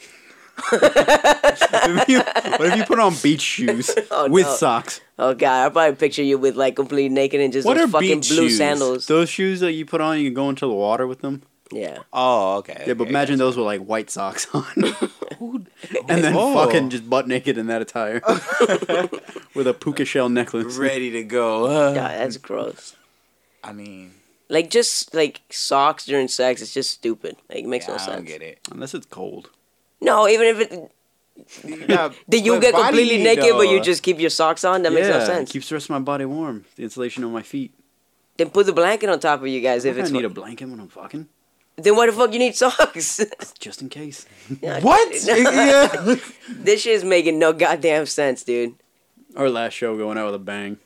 Speaker 4: If you- what if you put on beach shoes
Speaker 3: Oh,
Speaker 4: with
Speaker 3: no.
Speaker 4: socks?
Speaker 3: Oh god, I probably picture you with like completely naked and just
Speaker 5: What
Speaker 3: those
Speaker 5: are
Speaker 3: fucking
Speaker 5: beach
Speaker 3: blue
Speaker 5: shoes?
Speaker 3: sandals.
Speaker 4: Those shoes that you put on, you can go into the water with them.
Speaker 3: Yeah.
Speaker 5: Oh, okay.
Speaker 4: Yeah, but
Speaker 5: okay.
Speaker 4: imagine those with like white socks on. and then
Speaker 5: Oh.
Speaker 4: fucking just butt naked in that attire. with a puka shell necklace.
Speaker 5: ready to go. Uh,
Speaker 3: God, that's gross.
Speaker 5: I mean,
Speaker 3: Like just like socks during sex, it's just stupid. Like it makes no
Speaker 5: yeah, I
Speaker 3: sense.
Speaker 5: don't get it.
Speaker 4: Unless it's cold.
Speaker 3: No, even if it did you get completely naked but you just keep your socks on, that makes no
Speaker 4: Yeah,
Speaker 3: sense.
Speaker 4: It keeps the rest of my body warm. The insulation on my feet.
Speaker 3: Then put the blanket on top of you guys if
Speaker 4: I
Speaker 3: it's
Speaker 4: need a blanket when I'm fucking.
Speaker 3: then why the fuck you need socks?
Speaker 4: Just in case.
Speaker 5: what? yeah.
Speaker 3: this shit is making no goddamn sense, dude.
Speaker 4: Our last show going out with a bang.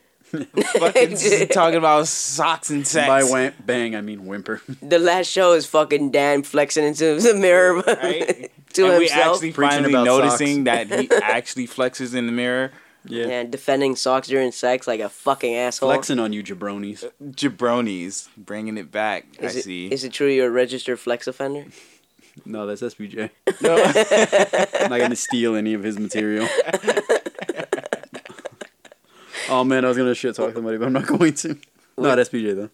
Speaker 5: Fucking just talking about socks and sex.
Speaker 4: By wham- bang, I mean whimper.
Speaker 3: The last show is fucking Dan flexing into the mirror
Speaker 5: Right?
Speaker 3: to
Speaker 5: and we
Speaker 3: himself.
Speaker 5: actually
Speaker 4: Preaching
Speaker 5: finally
Speaker 4: about
Speaker 5: noticing that he actually flexes in the mirror.
Speaker 4: yeah.
Speaker 3: and defending socks during sex like a fucking asshole.
Speaker 4: Flexing on you jabronis.
Speaker 5: Jabronis bringing it back.
Speaker 3: Is
Speaker 5: I
Speaker 3: it,
Speaker 5: see.
Speaker 3: is it true you're a registered flex offender?
Speaker 4: No, that's SBJ. I'm not gonna steal any of his material. oh man, I was gonna shit talk somebody, but I'm not going to. Not SBJ though.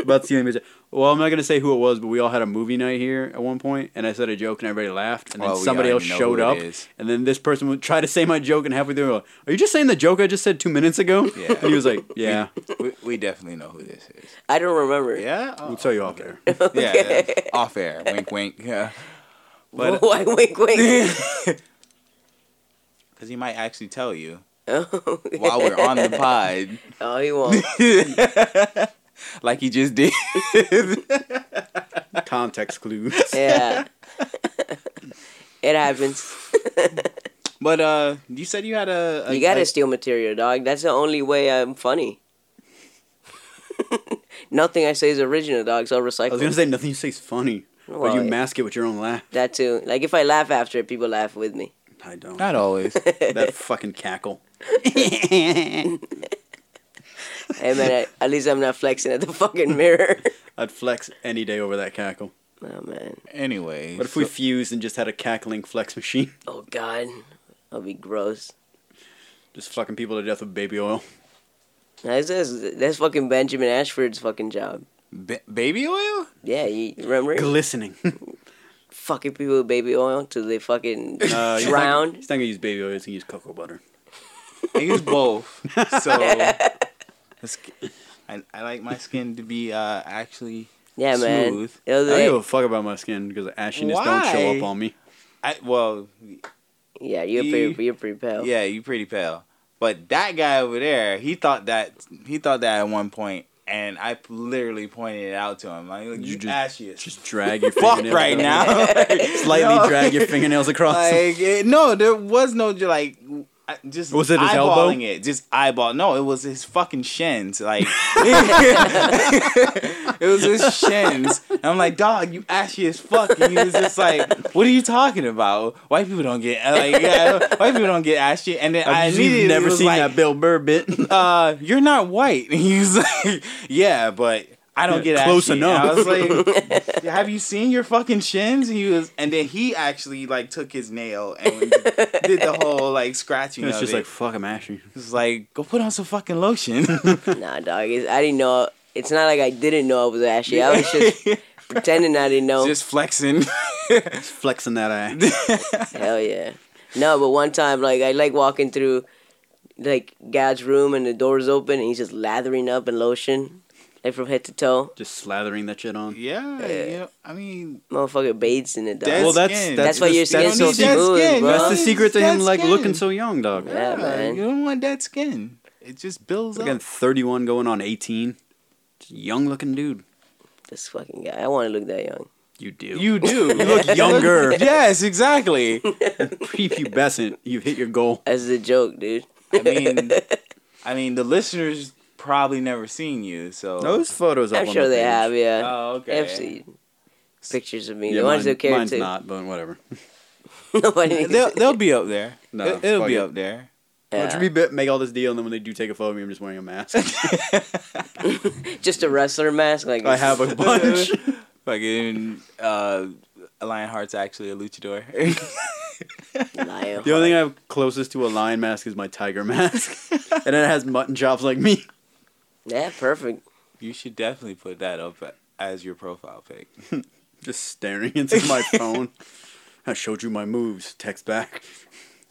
Speaker 4: About stealing material. Well, I'm not gonna say who it was, but we all had a movie night here at one point, and I said a joke, and everybody laughed, and then
Speaker 5: Well, we
Speaker 4: somebody else
Speaker 5: already know
Speaker 4: showed
Speaker 5: who
Speaker 4: up,
Speaker 5: it is.
Speaker 4: and then this person would try to say my joke, and halfway through, they were like, are you just saying the joke I just said two minutes ago?
Speaker 5: Yeah.
Speaker 4: And he was like, yeah.
Speaker 5: we, we definitely know who this is.
Speaker 3: I don't remember.
Speaker 5: Yeah.
Speaker 4: We'll
Speaker 5: Oh,
Speaker 4: tell you off there.
Speaker 5: yeah, yeah. Off air. Wink, wink. Yeah. But
Speaker 3: Why wink wink?
Speaker 5: because he might actually tell you
Speaker 3: oh,
Speaker 5: while we're on the pod,
Speaker 3: oh, he won't.
Speaker 5: like he just did.
Speaker 4: Context clues.
Speaker 3: Yeah. it happens.
Speaker 5: But uh, you said you had a. a
Speaker 3: You gotta
Speaker 5: a-
Speaker 3: steal material, dog. That's the only way I'm funny. Nothing I say is original, dog. So I'll recycle.
Speaker 4: I was gonna say nothing you say is funny, but
Speaker 3: Well,
Speaker 4: you
Speaker 3: yeah.
Speaker 4: mask it with your own laugh.
Speaker 3: that too. Like if I laugh after it, people laugh with me.
Speaker 4: I don't.
Speaker 5: Not always.
Speaker 4: that fucking cackle.
Speaker 3: Hey man, at, at least I'm not flexing at the fucking mirror.
Speaker 4: I'd flex any day over that cackle.
Speaker 3: oh man.
Speaker 5: anyway.
Speaker 4: What if we fused and just had a cackling flex machine?
Speaker 3: Oh god. That'll be gross.
Speaker 4: Just fucking people to death with baby oil.
Speaker 3: That's, that's, that's fucking Benjamin Ashford's fucking job.
Speaker 5: Ba- baby oil?
Speaker 3: Yeah, you remember?
Speaker 4: Glistening.
Speaker 3: fucking people with baby oil till they fucking
Speaker 4: Uh, he's not-
Speaker 3: drown.
Speaker 4: He's not gonna use baby oil. He's gonna use cocoa butter.
Speaker 5: I use both. So the sk- I, I like my skin to be uh, actually
Speaker 3: yeah, man.
Speaker 5: smooth.
Speaker 3: It was
Speaker 4: I don't
Speaker 3: like-
Speaker 4: give a fuck about my skin because the ashiness don't show
Speaker 5: Why?
Speaker 4: up on me.
Speaker 5: I, well,
Speaker 3: yeah, you're pretty, you're pretty pale.
Speaker 5: yeah, you pretty pale. But that guy over there, he thought that he thought that at one point, and I literally pointed it out to him. Like, look, you,
Speaker 4: You just-
Speaker 5: ashy as
Speaker 4: Just drag your
Speaker 5: fuck
Speaker 4: fingernails
Speaker 5: right
Speaker 4: across-
Speaker 5: now.
Speaker 4: Slightly
Speaker 5: No.
Speaker 4: drag your fingernails across.
Speaker 5: like it, no, there was no like I- just
Speaker 4: Was it his
Speaker 5: eyeballing
Speaker 4: elbow?
Speaker 5: It just eyeball. No, it was his fucking shins. Like it was his shins. And I'm like, dog, you ashy as fuck. And he was just like, what are you talking about? White people don't get like yeah, white people don't get ashy. And then i
Speaker 4: I've
Speaker 5: immediately
Speaker 4: you've never
Speaker 5: was
Speaker 4: seen
Speaker 5: like,
Speaker 4: that Bill Burr bit.
Speaker 5: uh, you're not white. And he was like, yeah, but I don't
Speaker 4: Yeah,
Speaker 5: get
Speaker 4: close
Speaker 5: ashy.
Speaker 4: enough.
Speaker 5: And I was like, have you seen your fucking shins? And he was, and then he actually like took his nail and did the whole like scratching.
Speaker 4: it's
Speaker 5: of
Speaker 4: just
Speaker 5: it.
Speaker 4: like fuck, I'm ashy.
Speaker 5: It was like, go put on some fucking lotion.
Speaker 3: Nah, dog. It's, I didn't know. It's not like I didn't know I was ashy. I was just pretending I didn't know.
Speaker 5: just flexing.
Speaker 4: It's flexing that eye.
Speaker 3: Hell yeah. No, but one time, like I like walking through, like God's room and the door's open and he's just lathering up in lotion, like from head to toe.
Speaker 4: just slathering that shit on.
Speaker 5: yeah, yeah. I mean,
Speaker 3: Motherfucker bathes in it, dog.
Speaker 5: That's-
Speaker 4: Well, that's
Speaker 5: skin.
Speaker 4: that's,
Speaker 3: That's why
Speaker 4: the-
Speaker 3: your
Speaker 4: that's
Speaker 3: skin's so
Speaker 5: you
Speaker 4: the
Speaker 5: need
Speaker 4: secret-
Speaker 5: that
Speaker 3: smooth,
Speaker 5: skin,
Speaker 3: bro.
Speaker 5: you
Speaker 4: That's the
Speaker 5: need
Speaker 4: secret to
Speaker 5: that
Speaker 4: him, like
Speaker 5: skin.
Speaker 4: looking so young, dog.
Speaker 3: Yeah.
Speaker 5: Yeah,
Speaker 3: man.
Speaker 5: uh, you don't want that skin. It just builds
Speaker 4: Again,
Speaker 5: up.
Speaker 4: thirty-one going on eighteen. Just young looking dude.
Speaker 3: This fucking guy. I want to look that young.
Speaker 4: You do.
Speaker 5: You do. you
Speaker 4: look younger.
Speaker 5: yes, exactly.
Speaker 4: prepubescent. You've hit your goal.
Speaker 3: That's a joke, dude.
Speaker 5: I mean, I mean, the listeners probably never seen you, so
Speaker 4: Those photos up
Speaker 3: I'm
Speaker 4: on
Speaker 3: sure
Speaker 4: the
Speaker 3: they
Speaker 4: page.
Speaker 3: have, yeah.
Speaker 5: Oh, okay.
Speaker 3: I've seen pictures of me.
Speaker 4: Yeah,
Speaker 3: the ones
Speaker 4: mine-
Speaker 3: that care
Speaker 4: mine's
Speaker 3: too.
Speaker 4: not, but whatever.
Speaker 3: Nobody needs
Speaker 5: they'll
Speaker 3: it.
Speaker 5: they'll be up there.
Speaker 4: No,
Speaker 5: it, it'll
Speaker 4: fuck
Speaker 5: be
Speaker 4: it.
Speaker 5: up there.
Speaker 4: Don't
Speaker 3: Yeah.
Speaker 4: you be bit- make all this deal, and then when they do take a photo of me, I'm just wearing a mask.
Speaker 3: Just a wrestler mask, like
Speaker 4: I have a bunch.
Speaker 5: Fucking uh, Lionheart's actually a luchador.
Speaker 3: lion.
Speaker 4: the only thing I have closest to a lion mask is my tiger mask, and it has mutton chops like me.
Speaker 3: Yeah, perfect.
Speaker 5: you should definitely put that up as your profile pic.
Speaker 4: Just staring into my phone. I showed you my moves. Text back.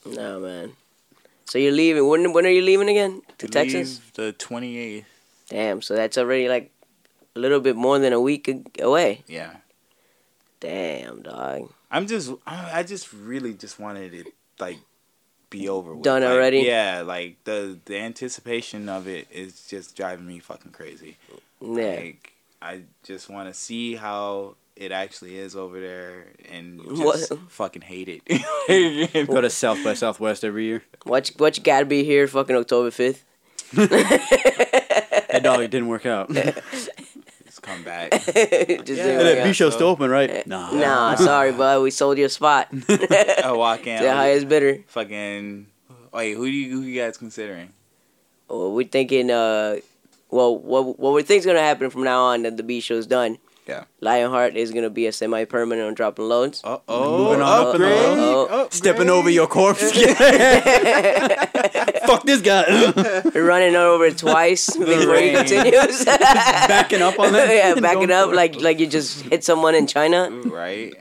Speaker 3: No man. So you're leaving. When when are you leaving again to Texas?
Speaker 5: Leave the twenty eighth.
Speaker 3: Damn, so that's already like a little bit more than a week a- away.
Speaker 5: Yeah,
Speaker 3: Damn, dog.
Speaker 5: I'm just I I just really just wanted it like be over with.
Speaker 3: Done
Speaker 5: Like,
Speaker 3: already?
Speaker 5: Yeah, like the the anticipation of it is just driving me fucking crazy.
Speaker 3: Yeah.
Speaker 5: Like I just want to see how it actually is over there and
Speaker 3: What-
Speaker 5: just fucking hate
Speaker 3: Mm.
Speaker 5: it.
Speaker 4: Go to South by Southwest every year.
Speaker 3: What you, what you gotta be here fucking October 5th?
Speaker 4: That dog it didn't work out. and
Speaker 5: just come back.
Speaker 3: Just
Speaker 5: Yeah.
Speaker 3: yeah. Eh,
Speaker 4: that
Speaker 5: Yeah,
Speaker 4: B show's
Speaker 5: so-
Speaker 4: still open, right? Nah.
Speaker 3: Nah, sorry, bud. We sold your spot. the
Speaker 5: I walk in.
Speaker 3: highest bidder.
Speaker 5: fucking. Wait, who do you who you guys considering?
Speaker 3: Well, we're thinking, uh, well, what, what we think's gonna happen from now on that the B show's done.
Speaker 5: Yeah.
Speaker 3: Lionheart is gonna be a semi permanent on dropping loads.
Speaker 5: Uh
Speaker 4: Moving on up in the
Speaker 5: upgrade,
Speaker 4: world.
Speaker 5: upgrade.
Speaker 4: Stepping over your corpse. Fuck this guy.
Speaker 3: We're running over it twice before he
Speaker 5: rain.
Speaker 3: continues.
Speaker 4: Backing up on that.
Speaker 3: yeah, back it up like like you just hit someone in China.
Speaker 5: Right.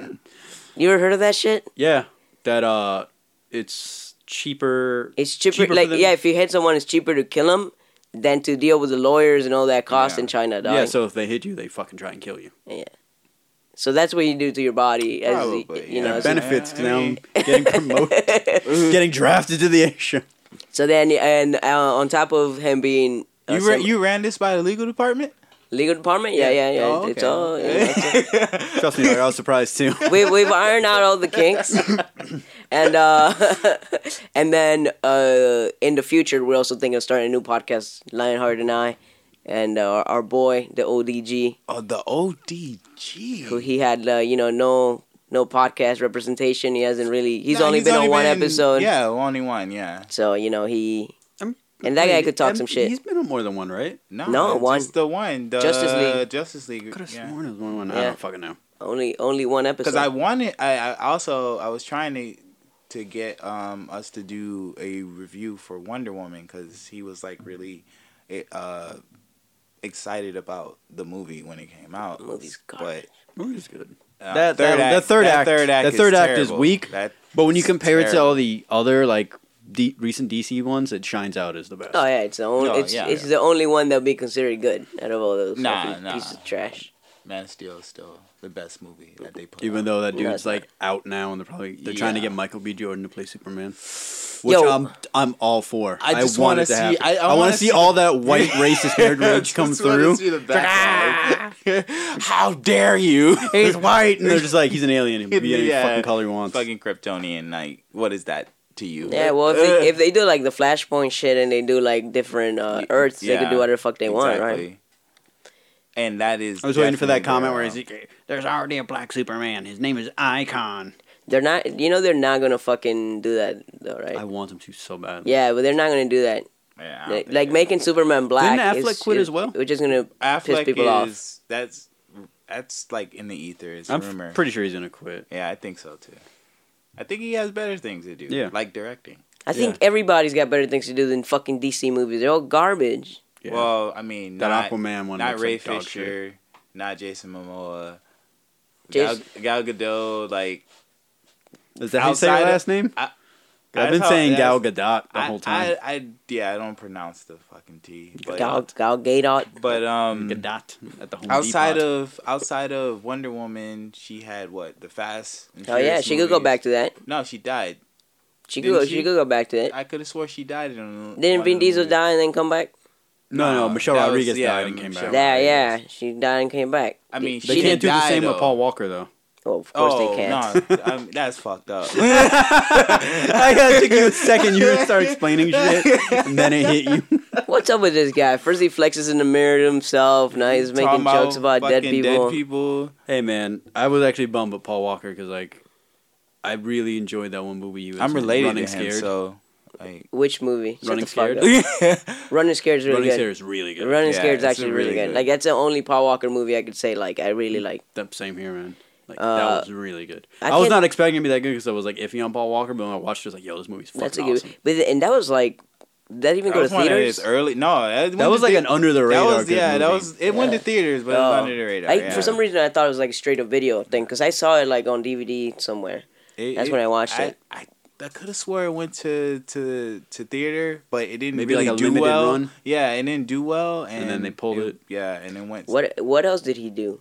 Speaker 3: You ever heard of that shit?
Speaker 4: Yeah, that uh, it's cheaper.
Speaker 3: It's cheaper,
Speaker 4: Cheaper for
Speaker 3: like
Speaker 4: them-
Speaker 3: yeah, if you hit someone, it's cheaper to kill them than to deal with the lawyers and all that cost
Speaker 5: Yeah.
Speaker 3: in China, dog.
Speaker 4: yeah,
Speaker 3: so,
Speaker 4: so if they hit you, they fucking try and kill you.
Speaker 3: that's what you do to your body, as the-
Speaker 5: Probably,
Speaker 3: you
Speaker 5: yeah.
Speaker 3: know.
Speaker 5: That's-
Speaker 3: So,
Speaker 4: Benefits
Speaker 5: I
Speaker 4: now,
Speaker 5: mean-
Speaker 4: getting promoted, getting drafted to the A show.
Speaker 3: so then, and uh, on top of him being uh,
Speaker 5: You ran,
Speaker 3: some-
Speaker 5: you ran this by the legal department?
Speaker 3: legal department, yeah, yeah, yeah,
Speaker 5: Oh,
Speaker 3: it's
Speaker 5: okay.
Speaker 3: all. you know, it's
Speaker 4: Trust me, I was surprised too.
Speaker 3: all- we we've ironed out all the kinks, and uh, and then uh, in the future, we're also thinking of starting a new podcast, Lionheart and I, and uh, our boy, the ODG.
Speaker 5: Oh, the ODG.
Speaker 3: who he had uh, you know no no podcast representation. He hasn't really he's
Speaker 5: No,
Speaker 3: only been on one
Speaker 5: been-
Speaker 3: episode.
Speaker 5: Yeah, only one. Yeah.
Speaker 3: So you know he
Speaker 4: I'm-
Speaker 3: and that guy could talk
Speaker 4: Um,
Speaker 3: some shit.
Speaker 4: He's been on more than one, right?
Speaker 5: No,
Speaker 3: No, one.
Speaker 5: Just the one. The
Speaker 3: Justice League.
Speaker 5: Justice League.
Speaker 4: Could have
Speaker 5: yeah.
Speaker 4: sworn it was one. one. I
Speaker 3: Yeah.
Speaker 4: don't fucking know.
Speaker 3: Only only one episode.
Speaker 5: because I wanted. I, I also I was trying to to get um us to do a review for Wonder Woman because he was like really uh excited about the movie when it came out.
Speaker 3: The movie's
Speaker 5: but
Speaker 3: garbage.
Speaker 4: Movie's good.
Speaker 5: uh,
Speaker 4: that, that, that third
Speaker 5: that
Speaker 4: act,
Speaker 5: third act,
Speaker 4: that third act is
Speaker 5: terrible.
Speaker 4: weak.
Speaker 5: That-
Speaker 4: but when you compare it to
Speaker 5: terrible.
Speaker 4: all the other like D- recent DC ones, it shines out as the best.
Speaker 3: Oh yeah, it's the only
Speaker 5: No,
Speaker 3: it's,
Speaker 5: yeah,
Speaker 3: it's
Speaker 5: yeah.
Speaker 3: the only one that'll be considered good out of all those
Speaker 5: Nah,
Speaker 3: fucking
Speaker 5: nah.
Speaker 3: pieces of trash.
Speaker 5: Man of Steel is still the best movie that they put.
Speaker 4: Even
Speaker 5: out.
Speaker 4: though that
Speaker 3: Yeah.
Speaker 4: dude's like out now, and they're probably they're trying to
Speaker 5: Yeah.
Speaker 4: get Michael B. Jordan to play Superman, which
Speaker 3: Yo.
Speaker 4: I'm I'm all for.
Speaker 5: I just
Speaker 4: want
Speaker 5: wanna
Speaker 4: it to
Speaker 5: see-
Speaker 4: happen.
Speaker 5: I- I
Speaker 4: want
Speaker 5: wanna
Speaker 4: to see
Speaker 5: see-
Speaker 4: all that white racist nerd rage
Speaker 5: Just
Speaker 4: come
Speaker 5: wanna
Speaker 4: through.
Speaker 5: see the background. How dare you?
Speaker 4: He's white, and they're just like he's an alien. He can be any
Speaker 5: Yeah.
Speaker 4: fucking color he wants.
Speaker 5: Fucking Kryptonian, like what is that to you?
Speaker 3: Yeah, well, if
Speaker 5: uh.
Speaker 3: they, if they do like the Flashpoint shit and they do like different uh, Earths, they could do whatever the fuck they want, right?
Speaker 5: And that is.
Speaker 4: I was waiting for that
Speaker 5: definitely
Speaker 4: comment where
Speaker 5: wrong.
Speaker 4: he's like, "There's already a black Superman. His name is Icon."
Speaker 3: They're not, you know, they're not gonna fucking do that though, right?
Speaker 4: I want him to so bad.
Speaker 3: yeah, but they're not gonna do that.
Speaker 5: Yeah, I don't
Speaker 3: Like,
Speaker 5: think
Speaker 3: like
Speaker 5: it-
Speaker 3: making Superman black.
Speaker 4: Didn't Affleck
Speaker 3: is,
Speaker 4: quit
Speaker 3: is-
Speaker 4: as well?
Speaker 3: Which is gonna piss
Speaker 5: Affleck
Speaker 3: people off.
Speaker 5: is that's that's like in the ether. It's a
Speaker 4: I'm
Speaker 5: rumor.
Speaker 4: pretty sure he's gonna quit.
Speaker 5: yeah, I think so too. I think he has better things to do.
Speaker 4: Yeah.
Speaker 5: like directing.
Speaker 3: I think everybody's got better things to do than fucking DC movies. They're all garbage.
Speaker 4: Yeah.
Speaker 5: Well, I mean,
Speaker 4: That
Speaker 5: not,
Speaker 4: Aquaman one
Speaker 5: not
Speaker 4: looks
Speaker 5: Ray
Speaker 4: like dog
Speaker 5: Fisher, not Jason Momoa, Gal,
Speaker 3: Jason-
Speaker 5: Gal Gadot. Like
Speaker 4: is that how you say
Speaker 5: outside
Speaker 4: her
Speaker 5: of-
Speaker 4: last name?
Speaker 5: I-
Speaker 4: I've
Speaker 5: I
Speaker 4: been
Speaker 5: thought
Speaker 4: saying Gal
Speaker 5: that's-
Speaker 4: Gadot the
Speaker 5: I-
Speaker 4: whole time.
Speaker 5: I, I, yeah, I don't pronounce the fucking T. But,
Speaker 3: Gal Gal Gadot.
Speaker 5: but um,
Speaker 4: Gadot at the Home
Speaker 5: outside
Speaker 4: Depot.
Speaker 5: of outside of Wonder Woman, she had what the Fast. and
Speaker 3: Oh yeah,
Speaker 5: Furious
Speaker 3: she could go
Speaker 5: movies.
Speaker 3: back to that.
Speaker 5: No, she died.
Speaker 3: She could
Speaker 5: Didn't
Speaker 3: go, she
Speaker 5: she?
Speaker 3: could go back to that.
Speaker 5: I could have swore she died in.
Speaker 3: Didn't Vin Diesel die and then come back?
Speaker 4: no, no,
Speaker 5: No,
Speaker 4: Michelle
Speaker 5: that was-
Speaker 4: Rodriguez
Speaker 5: yeah,
Speaker 4: died and came
Speaker 5: Michelle-
Speaker 4: back.
Speaker 3: Yeah,
Speaker 5: Right.
Speaker 3: yeah. She died and came back.
Speaker 5: I mean,
Speaker 4: They
Speaker 5: she
Speaker 4: can't
Speaker 5: didn't
Speaker 4: do the
Speaker 5: die,
Speaker 4: same with
Speaker 5: though.
Speaker 4: Paul Walker though.
Speaker 3: Well, of course
Speaker 5: Oh
Speaker 3: they can. not
Speaker 5: no, I mean, that's fucked up.
Speaker 4: I gotta took you a second. You would start explaining shit, and then it hit you.
Speaker 3: What's up with this guy? First he flexes in the mirror to himself. Now he's making
Speaker 5: Talking
Speaker 3: jokes about dead
Speaker 5: fucking
Speaker 3: people.
Speaker 5: Dead people.
Speaker 4: Hey man, I was actually bummed with Paul Walker because like, I really enjoyed that one movie. You was
Speaker 5: I'm
Speaker 4: in,
Speaker 5: related to
Speaker 4: Running
Speaker 5: him,
Speaker 4: Scared.
Speaker 5: so like,
Speaker 3: Which movie? Shut
Speaker 4: Running
Speaker 3: the fuck
Speaker 4: Scared?
Speaker 3: up. Running Scared is really
Speaker 4: Running
Speaker 3: good.
Speaker 4: Scared is really good.
Speaker 3: Running
Speaker 5: Yeah,
Speaker 3: Scared is
Speaker 5: it's
Speaker 3: actually really,
Speaker 5: really
Speaker 3: good.
Speaker 5: good.
Speaker 3: Like that's the only Paul Walker movie I could say like I really like.
Speaker 4: That same here, man. Like
Speaker 3: Uh,
Speaker 4: that was really good.
Speaker 3: I
Speaker 4: I, was
Speaker 3: can't-
Speaker 4: not expecting it to be that good because I was like iffy on Paul Walker, but when I watched, it, I was like, "Yo, this movie's fucking
Speaker 3: That's a good.
Speaker 4: awesome."
Speaker 3: But and that was like that even
Speaker 5: that
Speaker 3: go to
Speaker 5: was one of his
Speaker 3: theaters.
Speaker 5: early. No,
Speaker 4: That was like an under the
Speaker 5: That
Speaker 4: radar.
Speaker 5: was
Speaker 4: good
Speaker 5: yeah. That
Speaker 4: movie.
Speaker 5: was it went to theaters, but it
Speaker 3: Oh.
Speaker 5: was under the radar.
Speaker 3: I,
Speaker 5: yeah.
Speaker 3: For some reason, I thought it was like straight up video thing because I saw it like on DVD somewhere.
Speaker 5: It-
Speaker 3: That's when I watched
Speaker 5: I,
Speaker 3: it.
Speaker 5: I, I could have swore it went to to to theater, but it didn't
Speaker 4: Maybe, like,
Speaker 5: really
Speaker 4: a
Speaker 5: do
Speaker 4: limited
Speaker 5: well.
Speaker 4: run?
Speaker 5: Yeah, it didn't do well, and,
Speaker 4: then they pulled it.
Speaker 5: Yeah, and it went.
Speaker 3: What What else did he do?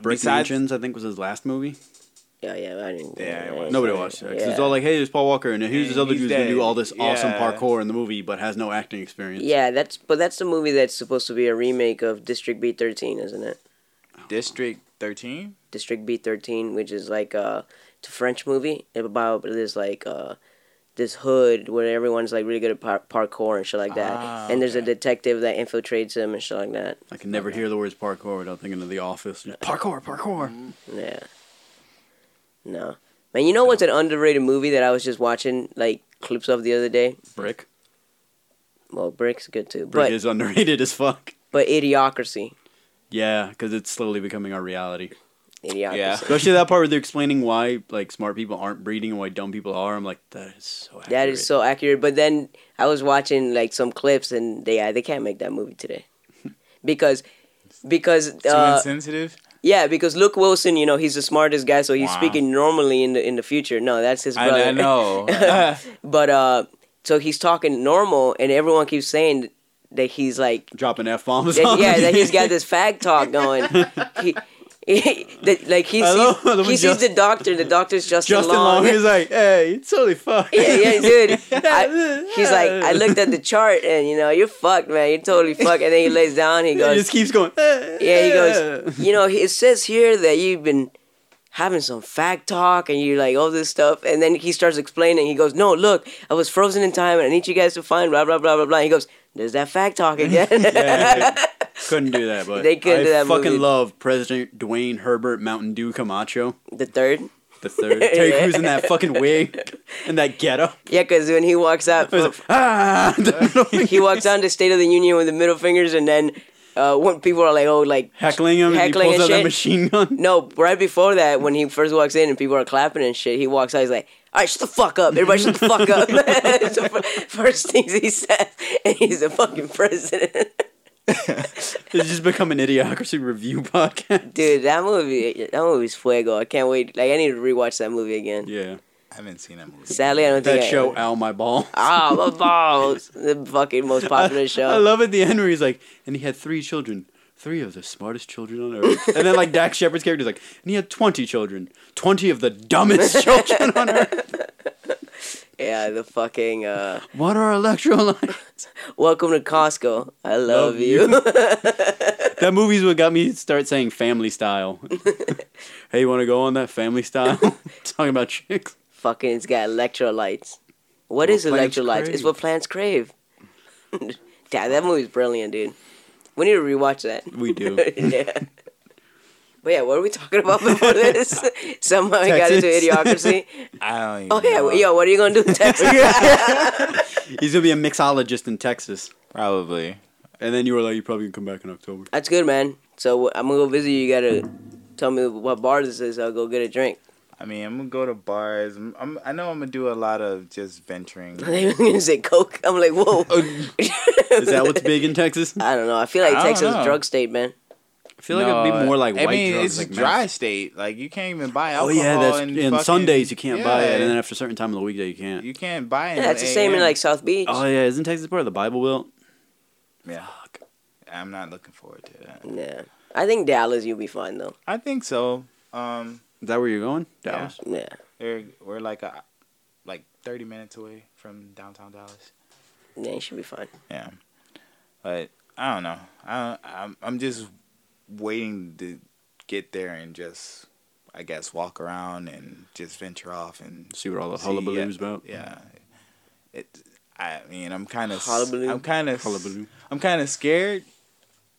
Speaker 4: Brick
Speaker 5: besides-
Speaker 4: Mansions, I think, was his last movie.
Speaker 3: Yeah, yeah, I didn't.
Speaker 5: Yeah, it
Speaker 3: I-
Speaker 5: was-
Speaker 4: Nobody watched it because it's
Speaker 3: Yeah.
Speaker 4: all like, "Hey, there's Paul Walker, and here's this other
Speaker 5: He's
Speaker 4: dude's gonna do
Speaker 5: dead.
Speaker 4: all this awesome
Speaker 5: Yeah.
Speaker 4: parkour in the movie, but has no acting experience."
Speaker 3: Yeah, that's but that's the movie that's supposed to be a remake of District B thirteen, isn't it?
Speaker 5: District Thirteen.
Speaker 3: District B thirteen, which is like uh, it's a French movie about this like uh, this hood where everyone's like really good at par- parkour and shit like that,
Speaker 5: Ah,
Speaker 3: and there's a
Speaker 5: okay.
Speaker 3: detective that infiltrates him and shit like that.
Speaker 4: I can never hear the words parkour without thinking of The Office. Just, parkour,
Speaker 3: Mm-hmm.
Speaker 4: parkour.
Speaker 3: Yeah. No, man. You know what's an underrated movie that I was just watching like clips of the other day?
Speaker 4: Brick.
Speaker 3: Well, Brick's good too,
Speaker 4: Brick
Speaker 3: but
Speaker 4: is underrated as fuck.
Speaker 3: but Idiocracy,
Speaker 4: Yeah, because it's slowly becoming our reality.
Speaker 3: Idiocracy.
Speaker 5: Yeah.
Speaker 4: Especially that part where they're explaining why like smart people aren't breeding and why dumb people are. I'm like, that is so. Accurate.
Speaker 3: That is so accurate. But then I was watching like some clips, and they yeah, they can't make that movie today, because because
Speaker 5: Too
Speaker 3: uh,
Speaker 5: insensitive.
Speaker 3: yeah, because Luke Wilson, you know, he's the smartest guy, so he's
Speaker 5: Wow.
Speaker 3: speaking normally in the in the future. No, that's his
Speaker 5: I,
Speaker 3: brother.
Speaker 5: I know.
Speaker 3: but uh, so he's talking normal, and everyone keeps saying that he's like
Speaker 4: dropping f bombs.
Speaker 3: that, yeah, that he's got this fag talk going. He, that, like he
Speaker 4: I
Speaker 3: sees,
Speaker 4: love- I love
Speaker 3: he
Speaker 4: when
Speaker 3: sees
Speaker 4: Just-
Speaker 3: the doctor. The doctor's Justin,
Speaker 4: Justin Long is like, hey, it's totally fucked.
Speaker 3: yeah, yeah, dude. I, he's like, I looked at the chart, and you know, you're fucked, man. You're totally fucked. And then he lays down. He
Speaker 4: He just
Speaker 3: goes,
Speaker 4: keeps going. "Eh,
Speaker 3: yeah. He
Speaker 4: eh."
Speaker 3: goes, you know, it says here that you've been having some fact talk, and you like all this stuff. And then he starts explaining. He goes, no, look, I was frozen in time, and I need you guys to find blah blah blah blah blah. He goes, there's that fact talk again.
Speaker 4: Yeah, they couldn't do that, but
Speaker 3: They couldn't
Speaker 4: I
Speaker 3: do that
Speaker 4: Fucking
Speaker 3: movie.
Speaker 4: love President Dwayne Herbert Mountain Dew Camacho
Speaker 3: the third.
Speaker 4: the third. Terry Crews in that fucking wig and that getup.
Speaker 3: Yeah, because when he walks out,
Speaker 4: I was like, ah,
Speaker 3: he walks out to State of the Union with the middle fingers, and then uh, when people are like, "Oh, like
Speaker 4: heckling him. and he
Speaker 3: Heckling
Speaker 4: pulls
Speaker 3: and
Speaker 4: out that
Speaker 3: shit.
Speaker 4: machine gun.
Speaker 3: no." Right before that, when he first walks in and people are clapping and shit, he walks out. He's like, "All right, shut the fuck up, everybody, shut the fuck up." It's the fir- first things he says, and he's the fucking president.
Speaker 4: It's just become an idiocracy review podcast.
Speaker 3: Dude, that movie, that movie's fuego. I can't wait. Like, I need to rewatch that movie again.
Speaker 4: Yeah.
Speaker 5: I haven't seen that movie.
Speaker 3: Sadly, I don't think
Speaker 4: That
Speaker 3: I-
Speaker 4: show, Ow My Ball.
Speaker 3: Ah, my balls! The fucking most popular show.
Speaker 4: I love at the end where he's like, and he had three children. Three of the smartest children on earth. And then, like, Dax Shepard's character's like, and he had 20 children. 20 of the dumbest children on earth.
Speaker 3: yeah, the fucking uh,
Speaker 4: What are electrolytes?
Speaker 3: Welcome to Costco. I love,
Speaker 4: Love
Speaker 3: you.
Speaker 4: That movie's what got me to start saying family style. hey, you want to go on that family style? Talking about chicks.
Speaker 3: fucking, it's got electrolytes. What is
Speaker 4: plants
Speaker 3: electrolytes? It's
Speaker 4: crave.
Speaker 3: what plants crave. Dad, that movie's brilliant, dude. We need to rewatch that.
Speaker 4: We do.
Speaker 3: yeah. But yeah, what were we talking about before this? Somehow I got into
Speaker 4: Texas.
Speaker 3: idiocracy.
Speaker 5: I don't even
Speaker 3: Oh yeah,
Speaker 5: know.
Speaker 3: yo, what are you gonna do in Texas?
Speaker 4: He's going to be a mixologist in Texas.
Speaker 5: Probably.
Speaker 4: And then you were like, you probably can come back in October.
Speaker 3: That's good, man. So I'm gonna go visit you. You gotta tell me what bar this is. I'll go get a drink.
Speaker 5: I mean, I'm gonna go to bars. I'm, I'm, I know I'm gonna do a lot of just venturing.
Speaker 3: They were gonna say coke. I'm like, whoa.
Speaker 4: Uh, Is that what's big in Texas? I
Speaker 3: I don't know. I feel like
Speaker 5: I don't
Speaker 3: Texas
Speaker 5: know.
Speaker 3: drug state, man.
Speaker 4: feel like it'd be
Speaker 5: No,
Speaker 4: more like
Speaker 5: I
Speaker 4: white
Speaker 5: mean,
Speaker 4: drugs.
Speaker 5: it's
Speaker 4: like
Speaker 5: a
Speaker 4: meth.
Speaker 5: dry state. Like you can't even buy
Speaker 4: Oh
Speaker 5: alcohol.
Speaker 4: yeah, that's
Speaker 5: and,
Speaker 4: and,
Speaker 5: fucking-
Speaker 4: Sundays you can't buy it,
Speaker 5: Yeah,
Speaker 4: and then after a certain time of the weekday you can't.
Speaker 5: you can't buy it.
Speaker 3: Yeah, that's the same in like South Beach.
Speaker 4: oh yeah, isn't Texas part of the Bible Belt?
Speaker 5: Yeah, I'm not looking forward to that.
Speaker 3: Yeah. I think Dallas, you'll be fine though.
Speaker 5: I think so. Um,
Speaker 4: Is that where you're going?
Speaker 5: Yeah.
Speaker 4: Dallas.
Speaker 3: Yeah.
Speaker 5: we're, we're like a, like 30 minutes away from downtown Dallas.
Speaker 3: Yeah, you should be fine.
Speaker 5: Yeah, but I don't know. I don't, I'm I'm just waiting to get there and just I guess walk around and just venture off and
Speaker 4: See what all the
Speaker 5: see-
Speaker 4: hullabaloo's
Speaker 5: yeah,
Speaker 4: about.
Speaker 5: Yeah, it. I mean, I'm kind of
Speaker 3: Hullabaloo.
Speaker 5: I'm kind of
Speaker 4: Hullabaloo.
Speaker 5: I'm kind of scared,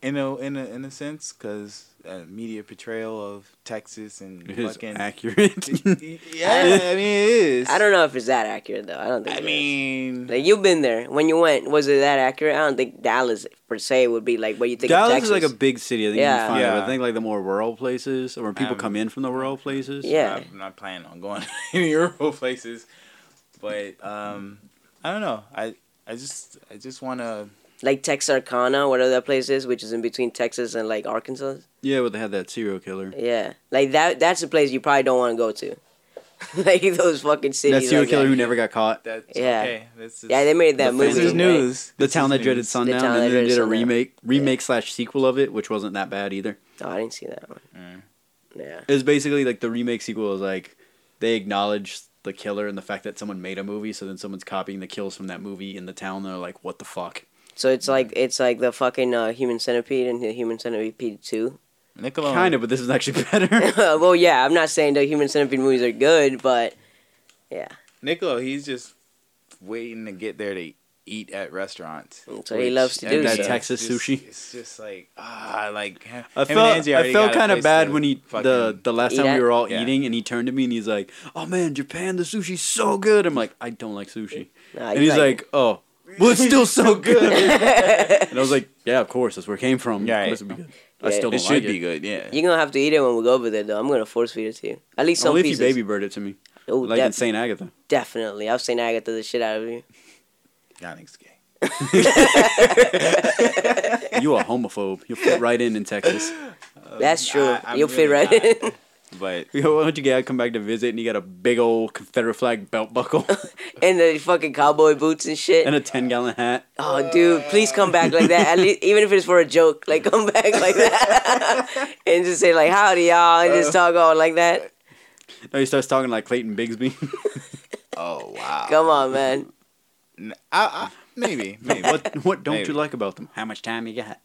Speaker 5: in a in a in a sense, because uh, media portrayal of Texas and
Speaker 4: It is
Speaker 5: fucking
Speaker 4: accurate.
Speaker 5: yeah, I mean it is.
Speaker 3: I don't know if it's that accurate though. I don't think.
Speaker 5: I
Speaker 3: it is.
Speaker 5: mean,
Speaker 3: like you've been there. When you went, was it that accurate? I don't think Dallas per se would be like what you think. of
Speaker 4: Dallas
Speaker 3: Texas.
Speaker 4: is like a big city. I think you
Speaker 3: Yeah.
Speaker 4: can find it. but
Speaker 5: Yeah.
Speaker 4: I think like the more rural places, or when people
Speaker 5: Um,
Speaker 4: come in from the rural places.
Speaker 3: Yeah.
Speaker 5: I'm not- I'm not planning on going to any rural places, but um, I don't know. I I just I just want to.
Speaker 3: like Texarkana, whatever that place is, which is in between Texas and like Arkansas.
Speaker 4: Yeah, but they had that serial killer.
Speaker 3: Yeah, like that. That's a place you probably don't want to go to. like those fucking cities.
Speaker 4: That serial
Speaker 3: like
Speaker 4: killer
Speaker 3: that.
Speaker 4: who never got caught.
Speaker 5: That's
Speaker 3: Yeah.
Speaker 5: okay. This is,
Speaker 3: Yeah, they made that
Speaker 5: this
Speaker 3: movie.
Speaker 5: is
Speaker 3: right?
Speaker 5: news.
Speaker 4: The
Speaker 5: This
Speaker 4: town
Speaker 5: is
Speaker 4: that
Speaker 5: news.
Speaker 4: dreaded
Speaker 3: Town
Speaker 4: sundown,
Speaker 3: That
Speaker 4: and then
Speaker 3: Dreaded
Speaker 4: did a
Speaker 3: Sundown.
Speaker 4: remake, remake slash sequel of it, which wasn't that bad either.
Speaker 3: Oh, I didn't see that one.
Speaker 4: Mm.
Speaker 3: Yeah.
Speaker 4: It was basically like the remake sequel is like they acknowledge the killer and the fact that someone made a movie, so then someone's copying the kills from that movie in the town. They're like, what the fuck?
Speaker 3: So it's like it's like the fucking uh, Human Centipede and the Human Centipede Two.
Speaker 5: Nickelodeon.
Speaker 4: Kind of, but this is actually better.
Speaker 3: well, yeah, I'm not saying the Human Centipede movies are good, but yeah.
Speaker 5: Niccolo, he's just waiting to get there to eat at restaurants.
Speaker 3: So he loves to
Speaker 5: I
Speaker 3: do
Speaker 5: mean,
Speaker 4: that
Speaker 3: so.
Speaker 4: Texas
Speaker 5: it's just-
Speaker 4: sushi.
Speaker 5: It's just like ah, like him
Speaker 4: I
Speaker 5: and
Speaker 4: felt,
Speaker 5: Angie
Speaker 4: I
Speaker 5: already
Speaker 4: felt
Speaker 5: got a
Speaker 4: kind of
Speaker 5: place
Speaker 4: bad
Speaker 5: to
Speaker 4: when he the
Speaker 5: fucking-
Speaker 4: the last
Speaker 3: Eat
Speaker 4: time
Speaker 3: at?
Speaker 4: we were all
Speaker 5: Yeah.
Speaker 4: eating and he turned to me and he's like, "Oh man, Japan, the sushi's so good." I'm like, "I don't like sushi,"
Speaker 3: Nah,
Speaker 4: and
Speaker 3: you
Speaker 4: he's like, "Oh, well, it's still so good." and I was like, "Yeah, of course, that's where it came from.
Speaker 5: Yeah,
Speaker 4: Of course it'd be good." I
Speaker 3: Yeah,
Speaker 4: still
Speaker 5: it
Speaker 4: don't
Speaker 5: should
Speaker 4: like
Speaker 5: be
Speaker 4: it.
Speaker 5: good. Yeah.
Speaker 3: you're gonna have to eat it when we go over there, though. I'm gonna force feed it to you. At least some
Speaker 4: Only if you
Speaker 3: pieces.
Speaker 4: baby bird it to me,
Speaker 3: Oh,
Speaker 4: like
Speaker 3: def-
Speaker 4: in Saint Agatha.
Speaker 3: definitely. I've seen Agatha the shit out of you.
Speaker 5: Yannick's gay.
Speaker 4: You a homophobe. You'll fit right in in Texas. Uh,
Speaker 3: That's true.
Speaker 5: I- I'm
Speaker 3: You'll fit
Speaker 5: really
Speaker 3: right in.
Speaker 5: But
Speaker 4: You know, why don't you get come back to visit and you got a big old Confederate flag belt buckle
Speaker 3: and the fucking cowboy boots and shit.
Speaker 4: and a ten gallon hat?
Speaker 3: oh, dude, please come back like that. At least, even if it's for a joke, like come back like that, and just say like "Howdy, y'all," and
Speaker 4: Uh.
Speaker 3: just talk all like that.
Speaker 4: Now he starts talking like Clayton Bigsby.
Speaker 5: oh wow.
Speaker 3: Come on, man.
Speaker 5: N- I, I, maybe, maybe.
Speaker 4: what what don't
Speaker 5: Maybe.
Speaker 4: you like about them? How much time you got?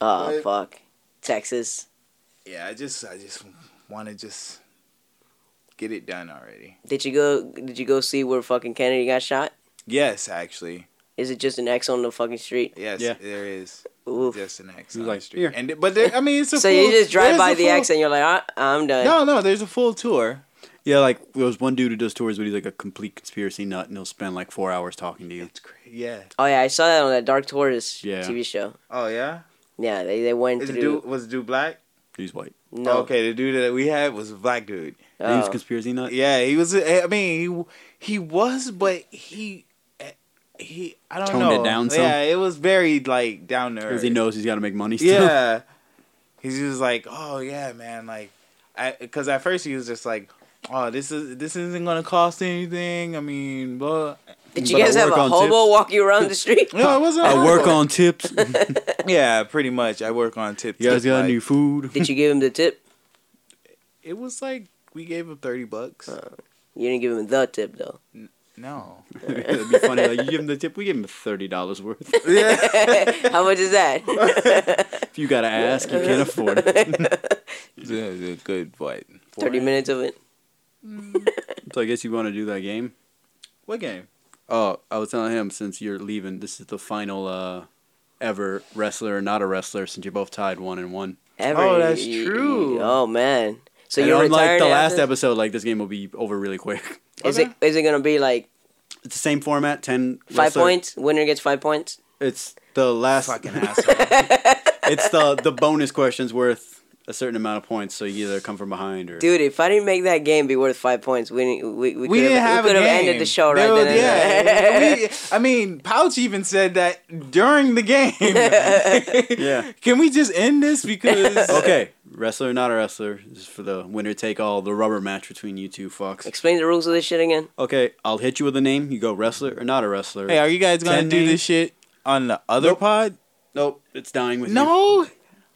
Speaker 3: Oh fuck, Texas.
Speaker 5: yeah, I just, I just want to just get it done already.
Speaker 3: Did you go? Did you go see where fucking Kennedy got shot?
Speaker 5: Yes, actually,
Speaker 3: Is it just an X on the fucking street?
Speaker 5: yes,
Speaker 4: Yeah.
Speaker 5: there is
Speaker 3: Oof.
Speaker 5: just an X
Speaker 4: He's
Speaker 5: on
Speaker 4: like,
Speaker 5: the street,
Speaker 4: "Here."
Speaker 5: and it- but there, I mean, it's a
Speaker 3: So
Speaker 5: full,
Speaker 3: you just drive
Speaker 5: there's
Speaker 3: by
Speaker 5: a
Speaker 3: the
Speaker 5: full-
Speaker 3: X and you're like, ah, I'm done.
Speaker 5: No, no, there's a full tour.
Speaker 4: yeah, like there was one dude who does tours, but he's like a complete conspiracy nut, and he'll spend like four hours talking to you.
Speaker 5: It's crazy. Yeah.
Speaker 3: Oh yeah, I saw that on that Dark Tortoise
Speaker 4: Yeah.
Speaker 3: TV show.
Speaker 5: Oh yeah.
Speaker 3: Yeah, they they went
Speaker 5: Is the
Speaker 3: through.
Speaker 5: dude was the dude black?
Speaker 4: He's white.
Speaker 3: No.
Speaker 5: Okay, the dude that we had was a black dude.
Speaker 4: He
Speaker 3: Oh.
Speaker 4: was conspiracy nut.
Speaker 5: Yeah, he was. I mean, he he was, but he he I don't
Speaker 4: Toned
Speaker 5: know.
Speaker 4: it down some?
Speaker 5: Yeah, it was very like down there.
Speaker 4: because he knows he's got to make money still.
Speaker 5: Yeah. He's just like, oh yeah, man. Like, I because at first he was just like, oh, this is this isn't gonna cost anything. I mean, but
Speaker 3: Did you
Speaker 4: But I
Speaker 3: guys have
Speaker 4: work
Speaker 3: a
Speaker 4: on
Speaker 3: hobo walk you around the street?
Speaker 5: no, it wasn't.
Speaker 4: I work
Speaker 5: horrible.
Speaker 4: on tips.
Speaker 5: Yeah, pretty much. I work on tips.
Speaker 4: You guys got
Speaker 5: Like,
Speaker 4: any food?
Speaker 3: Did you give him the tip?
Speaker 5: It was like we gave him thirty bucks.
Speaker 3: Uh. You didn't give him the tip though.
Speaker 5: no.
Speaker 4: It'd be funny. Like you give him the tip, we give him thirty dollars worth.
Speaker 3: How much is that?
Speaker 4: If you gotta ask, you can't afford it.
Speaker 5: It was a good what? four-
Speaker 3: Thirty minutes of it.
Speaker 4: So I guess you want to do that game.
Speaker 5: What game?
Speaker 4: Oh, I was telling him since you're leaving, this is the final uh, ever wrestler or not a wrestler since you're both tied one and one.
Speaker 3: Ever.
Speaker 5: Oh, that's
Speaker 3: You- you-
Speaker 5: true.
Speaker 3: oh man. So
Speaker 4: and
Speaker 3: you're
Speaker 4: unlike
Speaker 3: retired
Speaker 4: the last
Speaker 3: after-
Speaker 4: episode, like this game will be over really quick.
Speaker 3: Is it is it gonna be like
Speaker 4: It's the same format, ten
Speaker 3: five
Speaker 4: wrestler-
Speaker 3: points? Winner gets five points.
Speaker 4: It's the last.
Speaker 5: Fucking asshole.
Speaker 4: It's the the bonus questions worth a certain amount of points, so you either come from behind or.
Speaker 3: Dude, if I didn't make that game be worth five points, we didn't- we we,
Speaker 5: we
Speaker 3: could've-
Speaker 5: didn't have
Speaker 3: we
Speaker 5: a
Speaker 3: could have
Speaker 5: game.
Speaker 3: ended the show right
Speaker 5: Dude,
Speaker 3: then. and there.
Speaker 5: yeah. We- I mean, Pouch even said that during the game.
Speaker 4: Yeah.
Speaker 5: Can we just end this because
Speaker 4: Okay, wrestler or not a wrestler. This is for the winner take all, the rubber match between you two fucks.
Speaker 3: Explain the rules of this shit again.
Speaker 4: Okay, I'll hit you with a name. You go wrestler or not a wrestler.
Speaker 5: Hey, are you guys gonna
Speaker 4: Ten
Speaker 5: do
Speaker 4: names.
Speaker 5: this shit on the other
Speaker 4: Nope.
Speaker 5: pod?
Speaker 4: nope, it's dying with you.
Speaker 5: No. Ah.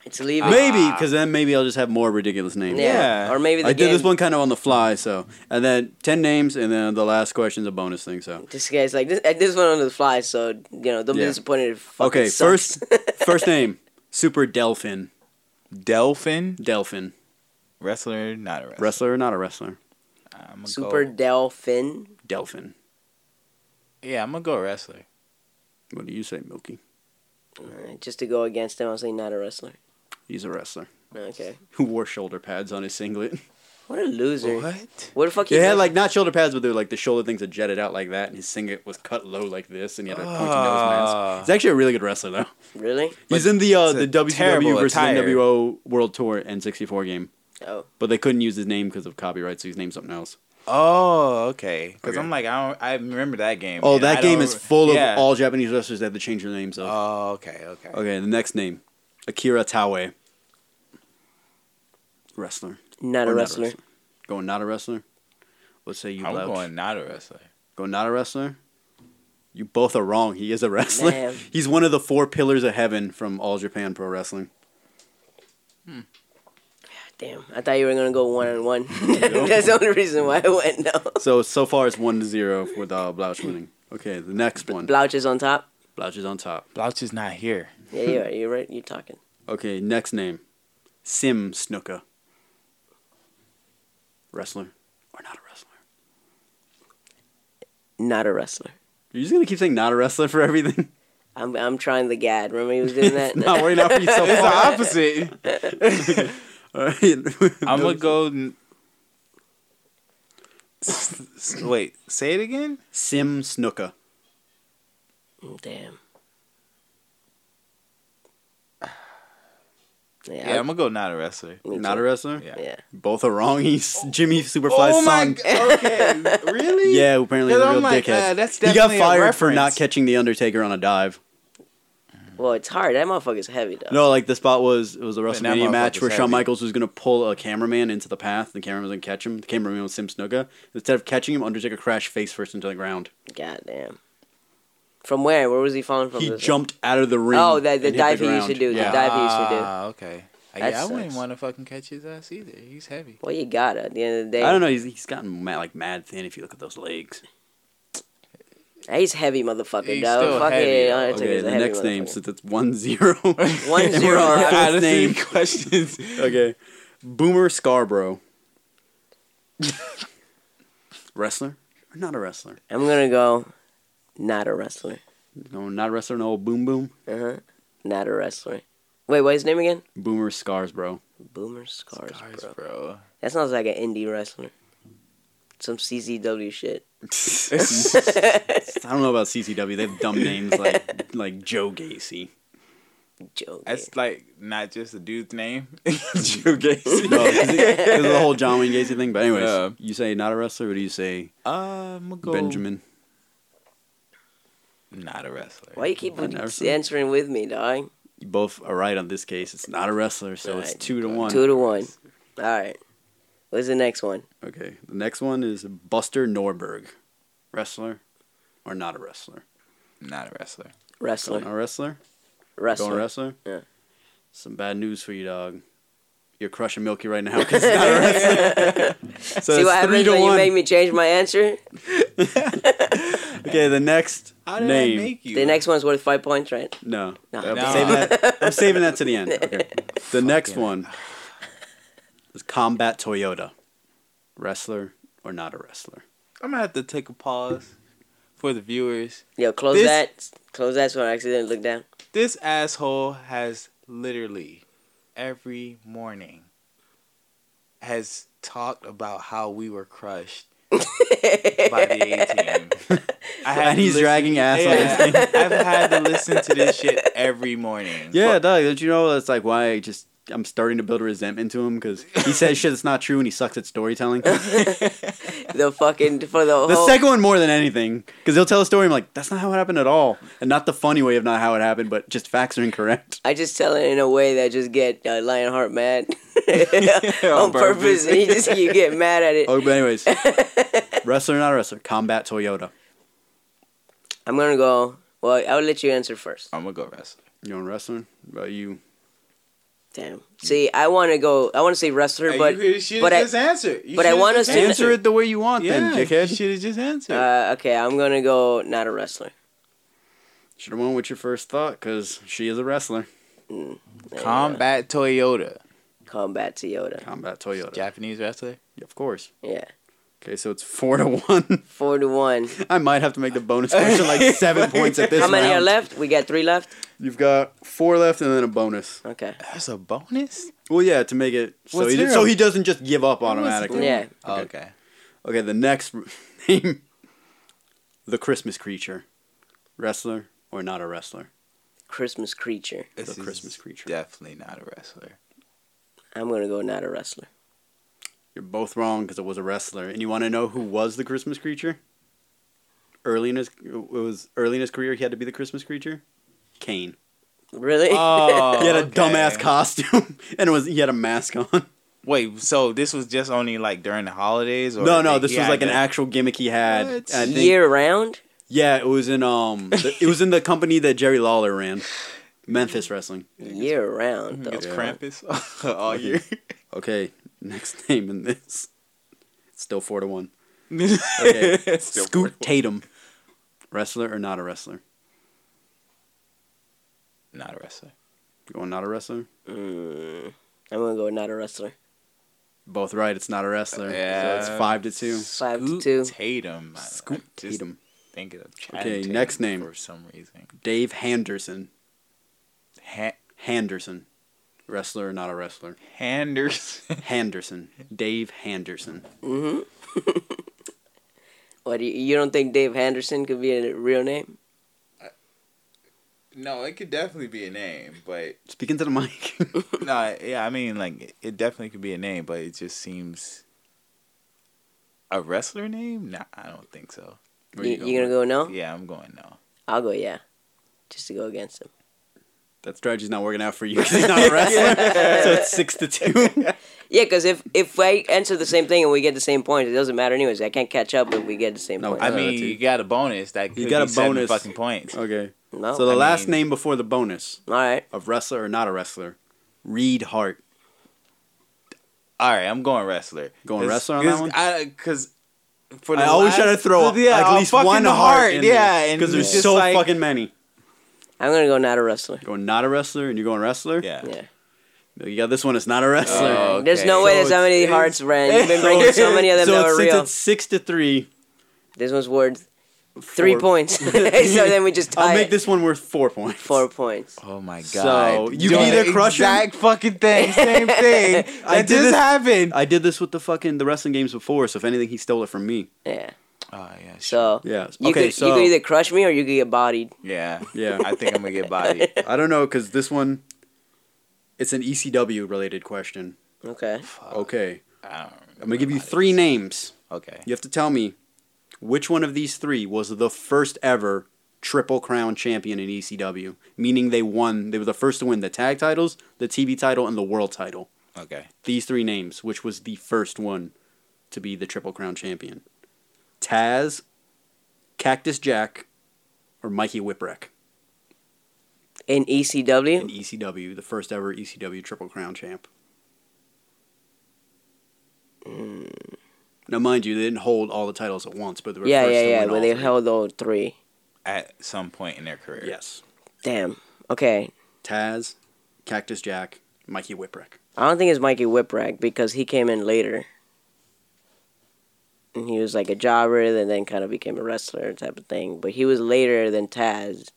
Speaker 3: It's leaving.
Speaker 4: Maybe, because then maybe I'll just have more ridiculous names.
Speaker 3: Yeah.
Speaker 5: yeah.
Speaker 3: Or maybe the
Speaker 4: I did this
Speaker 3: game-
Speaker 4: one kind of on the fly, so and then ten names, and then the last question's a bonus thing. So
Speaker 3: This guy's like this. I did This one on the fly, so you know don't be
Speaker 4: Yeah.
Speaker 3: disappointed. If it fucking
Speaker 4: okay,
Speaker 3: sucks.
Speaker 4: first Oh first name Super Delphin.
Speaker 5: Delphin
Speaker 4: Delphin
Speaker 5: wrestler, not a wrestler.
Speaker 4: wrestler or not a wrestler?
Speaker 5: I'm gonna
Speaker 3: Super
Speaker 5: Go,
Speaker 3: Delphin.
Speaker 4: Delphin.
Speaker 5: yeah, I'm gonna go wrestler.
Speaker 4: What do you say, Milky?
Speaker 3: Uh, Just to go against him, I'll say not a wrestler.
Speaker 4: He's a wrestler
Speaker 3: Okay.
Speaker 4: who wore shoulder pads on his singlet.
Speaker 3: What a loser.
Speaker 5: What?
Speaker 3: Where the fuck?
Speaker 4: He
Speaker 3: you
Speaker 4: had
Speaker 3: go-
Speaker 4: like not shoulder pads, but they were like the shoulder things that jetted out like that, and his singlet was cut low like this, and he had a pointy nose
Speaker 5: Ah.
Speaker 4: mask. He's actually a really good wrestler though.
Speaker 3: really?
Speaker 4: He's in the uh,
Speaker 5: it's
Speaker 4: the
Speaker 5: a
Speaker 4: WCW
Speaker 5: terrible
Speaker 4: versus
Speaker 5: attire.
Speaker 4: NWO World Tour N64 game,
Speaker 3: Oh,
Speaker 4: but they couldn't use his name because of copyright, so he's named something else.
Speaker 5: Oh, okay. Because
Speaker 4: Okay.
Speaker 5: I'm like, I don't. I remember that game.
Speaker 4: Oh,
Speaker 5: and
Speaker 4: that
Speaker 5: I
Speaker 4: game
Speaker 5: don't-
Speaker 4: is full
Speaker 5: yeah.
Speaker 4: of all Japanese wrestlers that have to change their names. Of.
Speaker 5: Oh, okay, okay.
Speaker 4: okay, the next name, Akira Taue, wrestler.
Speaker 3: not
Speaker 4: Or
Speaker 3: a wrestler.
Speaker 4: Going not a wrestler. Let's say you
Speaker 5: I'm
Speaker 4: left.
Speaker 5: going not a wrestler.
Speaker 4: Going not a wrestler. You both are wrong. He is a wrestler.
Speaker 3: Man.
Speaker 4: He's one of the four pillars of heaven from All Japan Pro Wrestling.
Speaker 3: Damn, I thought you were gonna go one on one. That's the only reason why I went. No.
Speaker 4: So so far it's one to zero with uh, Blouch winning. Okay, the next one.
Speaker 3: Blouch is on top.
Speaker 4: Blouch is on top.
Speaker 5: Blouch is not here.
Speaker 3: Yeah, you are. You're right. You're talking.
Speaker 4: Okay, next name. Sim Snooker. Wrestler or not a wrestler?
Speaker 3: Not a wrestler.
Speaker 4: You're just gonna keep saying not a wrestler for everything.
Speaker 3: I'm I'm trying the gad. Remember he was doing that.
Speaker 4: not working out for you so
Speaker 5: It's the
Speaker 4: far.
Speaker 5: opposite.
Speaker 4: All right.
Speaker 5: I'm gonna go. n- S- s- Wait, say it again.
Speaker 4: Sim Snooker.
Speaker 3: Damn.
Speaker 5: Yeah, I'm gonna go not a wrestler.
Speaker 3: Me
Speaker 4: Not
Speaker 3: too.
Speaker 4: a wrestler.
Speaker 5: Yeah.
Speaker 3: Yeah.
Speaker 4: Both are wrong. He's Jimmy Superfly's
Speaker 3: Oh
Speaker 4: son.
Speaker 5: Oh g- Okay, really?
Speaker 4: Yeah, who apparently he's a
Speaker 5: Because I'm
Speaker 4: real
Speaker 5: like,
Speaker 4: dickhead.
Speaker 5: uh, that's
Speaker 4: he got
Speaker 5: definitely a
Speaker 4: fired for not
Speaker 5: reference.
Speaker 4: catching the Undertaker on a dive.
Speaker 3: Well, it's hard. That motherfucker's heavy though.
Speaker 4: Mm-hmm. No, like the spot was it was a
Speaker 5: that
Speaker 4: WrestleMania match
Speaker 5: motherfucker's
Speaker 4: where Shawn
Speaker 5: heavy.
Speaker 4: Michaels was gonna pull a cameraman into the path. The cameraman didn't catch him. The cameraman was Sim Snuka. Instead of catching him, Undertaker crashed face first into the ground.
Speaker 3: God damn. From where? Where was he falling from?
Speaker 4: He
Speaker 3: This-
Speaker 4: jumped out of the ring.
Speaker 3: Oh, that- the
Speaker 4: and hit
Speaker 3: dive he used to
Speaker 4: ground.
Speaker 3: do, the
Speaker 4: Yeah.
Speaker 3: dive- Dive he used to do.
Speaker 5: Ah, okay. I-
Speaker 3: That
Speaker 5: yeah, I wouldn't
Speaker 3: sucks.
Speaker 5: want to fucking catch his ass either. He's heavy.
Speaker 3: Well, you got it. At the end of the day,
Speaker 4: I don't know. He's, he's gotten mad, like mad thin if you look at those legs.
Speaker 3: He's heavy, motherfucker.
Speaker 5: He's
Speaker 3: dog.
Speaker 5: still
Speaker 3: Fucking
Speaker 5: heavy, though.
Speaker 3: Undertaker's
Speaker 4: Okay,
Speaker 3: a
Speaker 4: the
Speaker 3: heavy
Speaker 4: next name
Speaker 3: motherfucker.
Speaker 4: since it's one zero.
Speaker 3: One
Speaker 4: And
Speaker 3: zero.
Speaker 4: We're on our
Speaker 3: Out
Speaker 4: fifth
Speaker 5: of
Speaker 4: name.
Speaker 5: three questions.
Speaker 4: Okay, Boomer Scarborough. wrestler or not a wrestler?
Speaker 3: I'm gonna go. Not a wrestler.
Speaker 4: No, not a wrestler. No, boom boom.
Speaker 3: Uh huh. Not a wrestler. Wait, what's his name again?
Speaker 4: Boomer Scars, bro.
Speaker 3: Boomer Scars,
Speaker 5: Guys,
Speaker 3: bro.
Speaker 5: bro.
Speaker 3: That sounds like an indie wrestler. Some CZW shit.
Speaker 4: I don't know about CCW. They have dumb names like like Joe Gacy.
Speaker 3: Joke.
Speaker 5: That's like not just a dude's name.
Speaker 4: Joe Gacy. No, because the whole John Wayne Gacy thing. But anyways,
Speaker 5: Yeah. Um,
Speaker 4: you say not a wrestler. What do you say,
Speaker 5: Uh, I'm gonna go
Speaker 4: Benjamin?
Speaker 5: Not a wrestler.
Speaker 3: Why you keep
Speaker 4: I've never seen-
Speaker 3: answering with me, dog?
Speaker 4: You both are right on this case. It's not a wrestler, so it's
Speaker 3: Right.
Speaker 4: two to one.
Speaker 3: Two to one. All right. What's the next one?
Speaker 4: Okay. The next one is Buster Norberg. Wrestler or not a wrestler?
Speaker 5: Not a wrestler.
Speaker 3: Wrestler.
Speaker 4: Not a wrestler?
Speaker 3: Wrestler.
Speaker 4: Going wrestler?
Speaker 3: Yeah.
Speaker 4: Some bad news for you, dog. You're crushing Milky right now because it's not a wrestler. so
Speaker 3: See
Speaker 4: it's
Speaker 3: what happens when you make me change my answer?
Speaker 4: Okay, the next
Speaker 5: How did
Speaker 4: name.
Speaker 5: I make you?
Speaker 3: The next one's worth five points, right?
Speaker 4: No.
Speaker 3: No.
Speaker 4: I'm,
Speaker 5: No.
Speaker 4: Saving that, I'm saving that to the end. Okay. The next one is Combat Toyota. Wrestler or not a wrestler?
Speaker 5: I'm gonna have to take a pause for the viewers.
Speaker 3: Yo, close
Speaker 5: This-
Speaker 3: that. Close that so I accidentally look down.
Speaker 5: This asshole has literally every morning has talked about how we were crushed by the A team. I had
Speaker 4: And he's
Speaker 5: to listen-
Speaker 4: dragging ass on his
Speaker 5: Yeah, I've had to listen to this shit every morning.
Speaker 4: Yeah, dog. Don't you know that's like why I just I'm starting to build resentment to him because he says shit that's not true and he sucks at storytelling. the
Speaker 3: The fucking for the, whole
Speaker 4: second one more than anything because he'll tell a story I'm like that's not how it happened at all and not the funny way of not how it happened but just facts are incorrect.
Speaker 3: I just tell it in a way that just get uh, Lionheart mad on purpose. and you just you get mad at it.
Speaker 4: Oh, but anyways, wrestler or not wrestler, combat Toyota.
Speaker 3: I'm gonna go. Well, I'll let you answer first.
Speaker 5: I'm gonna go wrestler.
Speaker 4: You on wrestling? About you?
Speaker 3: Damn. See, I want to go. I want to say wrestler,
Speaker 5: Hey,
Speaker 3: but
Speaker 5: you could- should
Speaker 3: but I-
Speaker 5: just answer. You
Speaker 3: but I
Speaker 5: should
Speaker 3: want
Speaker 5: just
Speaker 3: us to-
Speaker 4: Answer it the way you want,
Speaker 5: Yeah,
Speaker 4: then,
Speaker 5: you
Speaker 4: dickhead.
Speaker 5: should have just answered.
Speaker 3: uh, okay, I'm gonna go not a wrestler.
Speaker 4: Should have went with your first thought because she is a wrestler.
Speaker 5: Combat Toyota,
Speaker 3: Uh, Combat Toyota.
Speaker 4: Combat Toyota.
Speaker 5: Japanese wrestler.
Speaker 4: Of course.
Speaker 3: Yeah,
Speaker 4: Okay, so it's four to one.
Speaker 3: four to one.
Speaker 4: I might have to make the bonus question like seven points at this.
Speaker 3: How many are
Speaker 4: round.
Speaker 3: left? We got three left.
Speaker 4: You've got four left and then a bonus.
Speaker 3: Okay.
Speaker 5: That's a bonus.
Speaker 4: Well, yeah, to make it so,
Speaker 5: What's
Speaker 4: he,
Speaker 5: there?
Speaker 4: so he doesn't just give up automatically.
Speaker 3: Yeah.
Speaker 5: Okay.
Speaker 4: Okay, the next name, the Christmas creature, wrestler or not a wrestler?
Speaker 3: Christmas creature.
Speaker 5: This
Speaker 4: the
Speaker 5: is
Speaker 4: Christmas creature.
Speaker 5: Definitely not a wrestler.
Speaker 3: I'm gonna go not a wrestler.
Speaker 4: You're both wrong because it was a wrestler. And you want to know who was the Christmas creature? Early in his it was early in his career, he had to be the Christmas creature. Kane.
Speaker 3: Really?
Speaker 5: Oh,
Speaker 4: He had a dumbass costume, and it was he had a mask on.
Speaker 5: Wait, so this was just only like during the holidays, or
Speaker 4: No, no, this
Speaker 5: Yeah,
Speaker 4: was like an
Speaker 5: the-
Speaker 4: actual gimmick he had.
Speaker 5: What?
Speaker 4: I think-
Speaker 3: Year round.
Speaker 4: Yeah, it was in um, the, it was in the company that Jerry Lawler ran, Memphis Wrestling.
Speaker 3: Year
Speaker 4: Mm-hmm.
Speaker 3: round. Though.
Speaker 5: It's Krampus all year.
Speaker 4: Okay, next name in this. It's still four to one.
Speaker 5: It's still
Speaker 4: Scoot
Speaker 5: pretty-
Speaker 4: Tatum, wrestler or not a wrestler?
Speaker 5: Not a wrestler.
Speaker 4: You Going not a wrestler.
Speaker 3: Mm, I'm gonna go not a wrestler.
Speaker 4: Both right. It's not a wrestler. So it's
Speaker 5: Yeah.
Speaker 4: five to two.
Speaker 3: Five to
Speaker 5: Scoot
Speaker 3: two.
Speaker 5: Tatum. I- I
Speaker 4: Scoot
Speaker 5: just
Speaker 4: Tatum.
Speaker 5: Think of Channing
Speaker 4: Okay,
Speaker 5: Tatum
Speaker 4: next name.
Speaker 5: for some reason.
Speaker 4: Dave Henderson.
Speaker 5: Ha-
Speaker 4: Henderson, wrestler or not a wrestler?
Speaker 5: Henderson.
Speaker 4: Henderson. Dave Henderson.
Speaker 3: What do you, you don't think Dave Henderson could be a real name?
Speaker 5: no, it could definitely be a name, but
Speaker 4: Speaking to the mic.
Speaker 5: no, yeah, I mean, like it definitely could be a name, but it just seems a wrestler name. Nah, I don't think so.
Speaker 4: Where
Speaker 3: You,
Speaker 4: you
Speaker 3: you,
Speaker 4: going
Speaker 3: gonna go no?
Speaker 5: Yeah, I'm going no.
Speaker 3: I'll go yeah, just to go against him.
Speaker 4: that strategy's not working out for you 'cause he's not a wrestler. so it's six to two.
Speaker 3: Yeah, because if if I answer the same thing and we get the same points, it doesn't matter anyways. I can't catch up if we get the same
Speaker 4: No,
Speaker 3: points.
Speaker 5: I
Speaker 4: Uh,
Speaker 5: mean,
Speaker 4: that's
Speaker 5: you
Speaker 4: easy.
Speaker 5: got a bonus that could you got a bonus fucking points.
Speaker 4: Okay.
Speaker 3: no.
Speaker 4: So the
Speaker 5: Oh, I
Speaker 4: last
Speaker 5: mean-
Speaker 4: name before the bonus
Speaker 3: All right.
Speaker 4: of wrestler or not a wrestler, Reed Hart.
Speaker 5: All right, I'm going wrestler.
Speaker 4: Going
Speaker 5: 'Cause-
Speaker 4: wrestler on that one?
Speaker 5: I because for
Speaker 4: I always try to throw at least one heart. in
Speaker 5: yeah, and
Speaker 4: because there's
Speaker 5: it's just
Speaker 4: so
Speaker 5: like-
Speaker 4: fucking many.
Speaker 3: I'm gonna go not a wrestler.
Speaker 4: You're not a wrestler, and you're going wrestler.
Speaker 5: Yeah.
Speaker 3: Yeah.
Speaker 4: No, You got this one. It's not a wrestler.
Speaker 5: Oh,
Speaker 3: There's no
Speaker 5: okay.
Speaker 3: way
Speaker 5: So
Speaker 3: there's that
Speaker 5: it's-
Speaker 3: many
Speaker 5: it's-
Speaker 3: hearts, Brand. You've been breaking so many of them
Speaker 4: so
Speaker 3: that
Speaker 4: it's,
Speaker 3: were
Speaker 4: since
Speaker 3: real.
Speaker 4: it's six to three,
Speaker 3: This one's worth three
Speaker 4: Four.
Speaker 3: points. so then we just tie
Speaker 4: I'll make
Speaker 3: it.
Speaker 4: this one worth four points.
Speaker 3: four points.
Speaker 5: Oh my god!
Speaker 4: So, you
Speaker 5: Doing
Speaker 4: either
Speaker 5: the
Speaker 4: crush 'em-
Speaker 5: exact fucking thing, same thing.
Speaker 4: I
Speaker 5: I
Speaker 4: did
Speaker 5: just
Speaker 4: this-
Speaker 5: happened.
Speaker 4: I did this with the fucking the wrestling games before, so if anything, he stole it from me.
Speaker 3: Yeah.
Speaker 5: Oh yeah. sure.
Speaker 3: So
Speaker 4: Yeah.
Speaker 3: you
Speaker 4: okay.
Speaker 3: could
Speaker 4: so
Speaker 3: you could either crush me or you could get bodied.
Speaker 5: yeah,
Speaker 4: Yeah.
Speaker 5: I think I'm gonna get bodied.
Speaker 4: I don't know because this one, it's an ECW related question.
Speaker 3: Okay.
Speaker 4: Okay,
Speaker 5: I don't
Speaker 4: I'm gonna give you three names.
Speaker 5: Okay.
Speaker 4: You have to tell me which one of these three was the first ever triple crown champion in ECW, meaning they won. They were the first to win the tag titles, the TV title, and the world title.
Speaker 5: Okay.
Speaker 4: These three names, which was the first one to be the triple crown champion. Taz, Cactus Jack, or Mikey Whipwreck
Speaker 3: in E ECW.
Speaker 4: in ECW, the first ever ECW triple crown champ.
Speaker 3: Mm.
Speaker 4: Now, mind you, they didn't hold all the titles at once, but they were
Speaker 3: yeah,
Speaker 4: first
Speaker 3: yeah,
Speaker 4: to
Speaker 3: yeah.
Speaker 4: win all
Speaker 3: When they
Speaker 4: three.
Speaker 3: held all three.
Speaker 5: At some point in their career.
Speaker 4: Yes.
Speaker 3: Damn. Okay.
Speaker 4: Taz, Cactus Jack, Mikey Whipwreck.
Speaker 3: I don't think it's Mikey Whipwreck because he came in later. And he was like a jobber and then kind of became a wrestler type of thing. But he was later than Taz.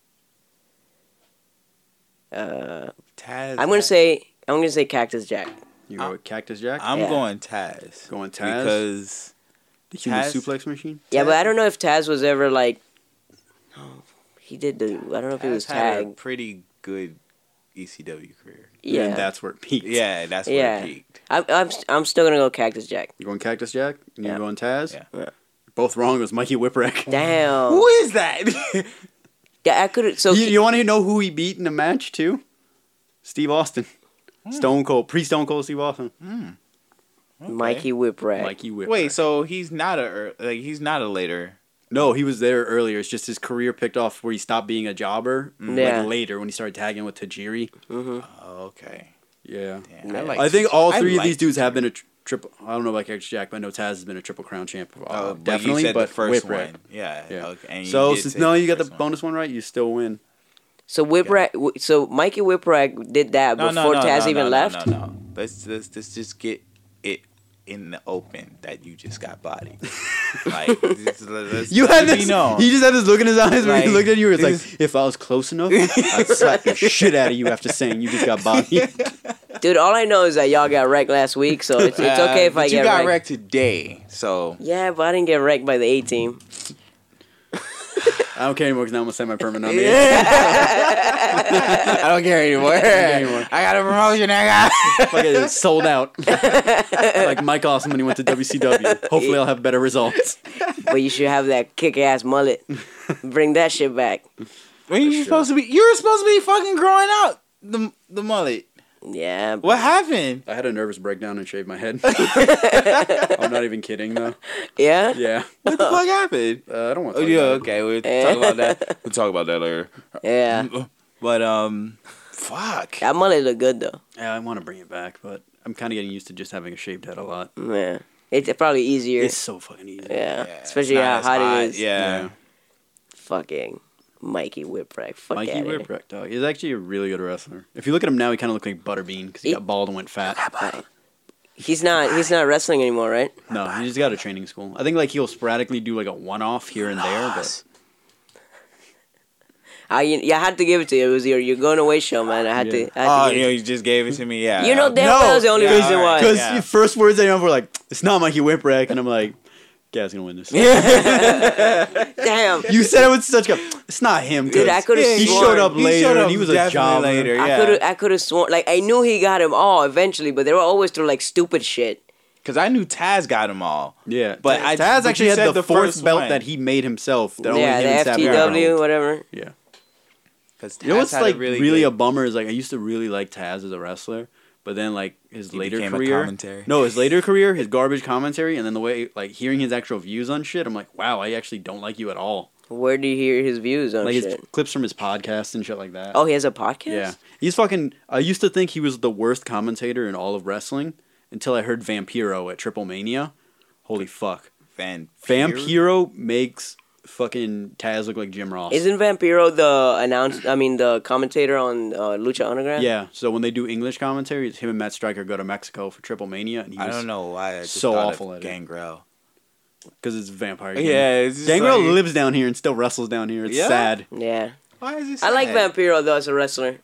Speaker 3: Uh,
Speaker 5: Taz.
Speaker 3: I'm gonna say I'm gonna say Cactus Jack.
Speaker 4: You go with Cactus Jack?
Speaker 5: I'm
Speaker 3: Yeah.
Speaker 5: going Taz.
Speaker 4: Going Taz?
Speaker 5: Because
Speaker 4: the human
Speaker 5: Taz-
Speaker 4: suplex machine?
Speaker 3: Yeah, but I don't know if Taz was ever like. No, he did the. I don't know if he
Speaker 5: Taz
Speaker 3: was
Speaker 5: had a
Speaker 3: tagged.
Speaker 5: pretty good ECW career.
Speaker 3: Yeah,
Speaker 4: And that's where it peaked.
Speaker 5: Yeah, that's where
Speaker 3: Yeah.
Speaker 5: it peaked.
Speaker 3: I'm, I'm I'm still gonna go Cactus Jack.
Speaker 5: Mm-hmm.
Speaker 4: You're going Cactus Jack? And
Speaker 3: Yeah.
Speaker 4: You're going Taz?
Speaker 5: Yeah.
Speaker 3: Yeah.
Speaker 4: Both wrong. It was Mikey Whipwreck.
Speaker 3: Damn.
Speaker 5: Who is that?
Speaker 3: Yeah, I could. So
Speaker 4: You, you want to know who he beat in a match, too? Steve Austin. Stone Cold. Pre Stone Cold Steve Austin.
Speaker 3: Mikey Whipwreck.
Speaker 4: Mikey Whipwreck.
Speaker 5: Wait, so he's not a ear- like he's not a later.
Speaker 4: No, he was there earlier. It's just his career picked off where he stopped being a jobber
Speaker 3: Yeah.
Speaker 4: like later when he started tagging with Tajiri.
Speaker 5: Oh, okay.
Speaker 4: Yeah.
Speaker 5: Damn,
Speaker 3: Yeah.
Speaker 5: like
Speaker 4: I think all
Speaker 5: I
Speaker 4: three of
Speaker 5: like-
Speaker 4: these dudes have been a tri- triple. I don't know about Cactus Jack, but I know Taz has been a triple crown champ. Uh,
Speaker 5: Oh, but
Speaker 4: definitely,
Speaker 5: you said
Speaker 4: but
Speaker 5: the first
Speaker 4: Whipwreck.
Speaker 5: one. Yeah.
Speaker 4: Yeah.
Speaker 5: Okay. and you
Speaker 4: so
Speaker 5: did
Speaker 4: since
Speaker 5: say
Speaker 4: no, you got the
Speaker 5: first one.
Speaker 4: bonus one right, you still win.
Speaker 3: So Whipwreck. w So Mikey Whipwreck did that
Speaker 5: No, no,
Speaker 3: before
Speaker 5: no,
Speaker 3: Taz
Speaker 5: no,
Speaker 3: even
Speaker 5: no,
Speaker 3: left.
Speaker 5: No, no, no. Let's, let's let's just get it in the open that you just got bodied. like just, let- let's,
Speaker 4: You
Speaker 5: let
Speaker 4: had
Speaker 5: it be
Speaker 4: this.
Speaker 5: known.
Speaker 4: He just had this look in his eyes when he
Speaker 5: Like,
Speaker 4: looked at you. It's
Speaker 5: this
Speaker 4: like if I was close enough, I'd slap the shit out of you after saying you just got bodied.
Speaker 3: Dude, all I know is that y'all got wrecked last week, so it's, it's
Speaker 5: Uh,
Speaker 3: okay if
Speaker 5: but
Speaker 3: I
Speaker 5: you
Speaker 3: get
Speaker 5: got
Speaker 3: wrecked.
Speaker 5: wrecked today. So
Speaker 3: Yeah, but I didn't get wrecked by the A team.
Speaker 4: I don't care anymore because now I'm gonna say my permanent number.
Speaker 5: I don't care anymore.
Speaker 4: anymore.
Speaker 5: I got a promotion. I got.
Speaker 4: Fuck it, it's sold out. like Mike Awesome when he went to WCW. Hopefully, I'll have better results.
Speaker 3: But you should have that kick ass mullet. Bring that shit back.
Speaker 5: When you supposed to be? You were supposed to be fucking growing out the the mullet.
Speaker 3: Yeah.
Speaker 5: What happened?
Speaker 4: I had a nervous breakdown and shaved my head. I'm not even kidding though.
Speaker 3: Yeah?
Speaker 4: Yeah,
Speaker 5: What the fuck happened?
Speaker 4: uh, I don't want.
Speaker 5: Oh
Speaker 4: to.
Speaker 5: yeah, okay. We'll talk about that. We'll talk about that later.
Speaker 3: Yeah.
Speaker 5: But um, fuck.
Speaker 3: That mullet look good though.
Speaker 4: Yeah, I want to bring it back, but I'm kind of getting used to just having a shaved head a lot.
Speaker 3: Yeah. It's probably easier.
Speaker 4: It's so fucking easy.
Speaker 3: yeah.
Speaker 5: Yeah, it's
Speaker 3: Especially
Speaker 5: not
Speaker 3: how
Speaker 5: as
Speaker 3: hot, it is.
Speaker 5: Yeah.
Speaker 3: Fucking Mikey Whipwreck. Fuck
Speaker 4: Mikey
Speaker 3: outta here.
Speaker 4: Whipwreck, dog. He's actually a really good wrestler. If you look at him now, he kind of looked like Butterbean because he,
Speaker 3: He-
Speaker 4: got bald and went fat.
Speaker 3: He's not he's not wrestling anymore, right?
Speaker 4: No, he just got a training school. I think like he'll sporadically do like a one-off here and there, but
Speaker 3: I yeah, I had to give it to you. It was your your going away show, man. I had
Speaker 4: Yeah.
Speaker 3: to I had to
Speaker 5: Oh,
Speaker 3: give it
Speaker 5: you know, you just gave it to me. Yeah. Um,
Speaker 3: You know damn well that was the only reason
Speaker 5: all
Speaker 3: why.
Speaker 4: because
Speaker 5: yeah.
Speaker 4: the first words I know were like, "It's not Mikey Whipwreck," and I'm like, "Guy's gonna win this."
Speaker 3: to you. Damn.
Speaker 4: You said it with such a. It's not him,
Speaker 3: Dude, I
Speaker 4: 'cause
Speaker 3: could've
Speaker 4: He
Speaker 3: sworn-
Speaker 4: showed up
Speaker 5: He
Speaker 4: later,
Speaker 5: showed
Speaker 4: and
Speaker 5: up
Speaker 4: he was a
Speaker 5: definitely
Speaker 4: job
Speaker 5: later,
Speaker 4: later.
Speaker 3: I
Speaker 5: Yeah.
Speaker 3: could have I could have sworn like I knew he got him all eventually, but they were always through like stupid shit.
Speaker 5: Because I knew Taz got them all.
Speaker 4: Yeah,
Speaker 5: But
Speaker 4: but
Speaker 5: I-
Speaker 4: Taz
Speaker 5: but
Speaker 4: actually
Speaker 5: you
Speaker 4: had
Speaker 5: said
Speaker 4: the,
Speaker 5: the
Speaker 4: fourth
Speaker 5: first
Speaker 4: belt
Speaker 5: one.
Speaker 4: that he made himself. That only him
Speaker 3: yeah,
Speaker 4: and
Speaker 3: the
Speaker 4: Sab
Speaker 3: FTW,
Speaker 4: controlled.
Speaker 3: whatever.
Speaker 4: Yeah,
Speaker 5: Because Taz
Speaker 4: you know what's
Speaker 5: had
Speaker 4: like
Speaker 5: a
Speaker 4: really,
Speaker 5: really,
Speaker 4: a
Speaker 5: good,
Speaker 4: bummer is like I used to really like Taz as a wrestler, but then like his later
Speaker 5: became a
Speaker 4: career,
Speaker 5: commentary.
Speaker 4: no, his later career, his garbage commentary, and then the way like hearing his actual views on shit, I'm like, wow, I actually don't like you at all.
Speaker 3: Where do you hear his views on
Speaker 4: Like his
Speaker 3: Oh, shit?
Speaker 4: clips from his podcast and shit like that.
Speaker 3: Oh, he has a podcast.
Speaker 4: Yeah. He's fucking. I used to think he was the worst commentator in all of wrestling until I heard Vampiro at Triple Mania. Holy fuck.
Speaker 5: fan.
Speaker 4: Vampiro makes fucking Taz look like Jim Ross.
Speaker 3: Isn't Vampiro the announce? I mean, the commentator on uh, Lucha Underground.
Speaker 4: yeah. So when they do English commentary, it's him and Matt Stryker go to Mexico for Triple Mania. And he
Speaker 5: I
Speaker 4: was-
Speaker 5: don't know why. I just
Speaker 4: so
Speaker 5: thought
Speaker 4: awful
Speaker 5: of
Speaker 4: at it.
Speaker 5: Gangrel.
Speaker 4: Because it's Vampire.
Speaker 5: Yeah, it's just
Speaker 4: Gangrel
Speaker 5: like-
Speaker 4: lives down here and still wrestles down here. It's
Speaker 5: Yeah?
Speaker 4: sad.
Speaker 3: Yeah.
Speaker 5: Why is this?
Speaker 3: I like Vampiro though as a wrestler.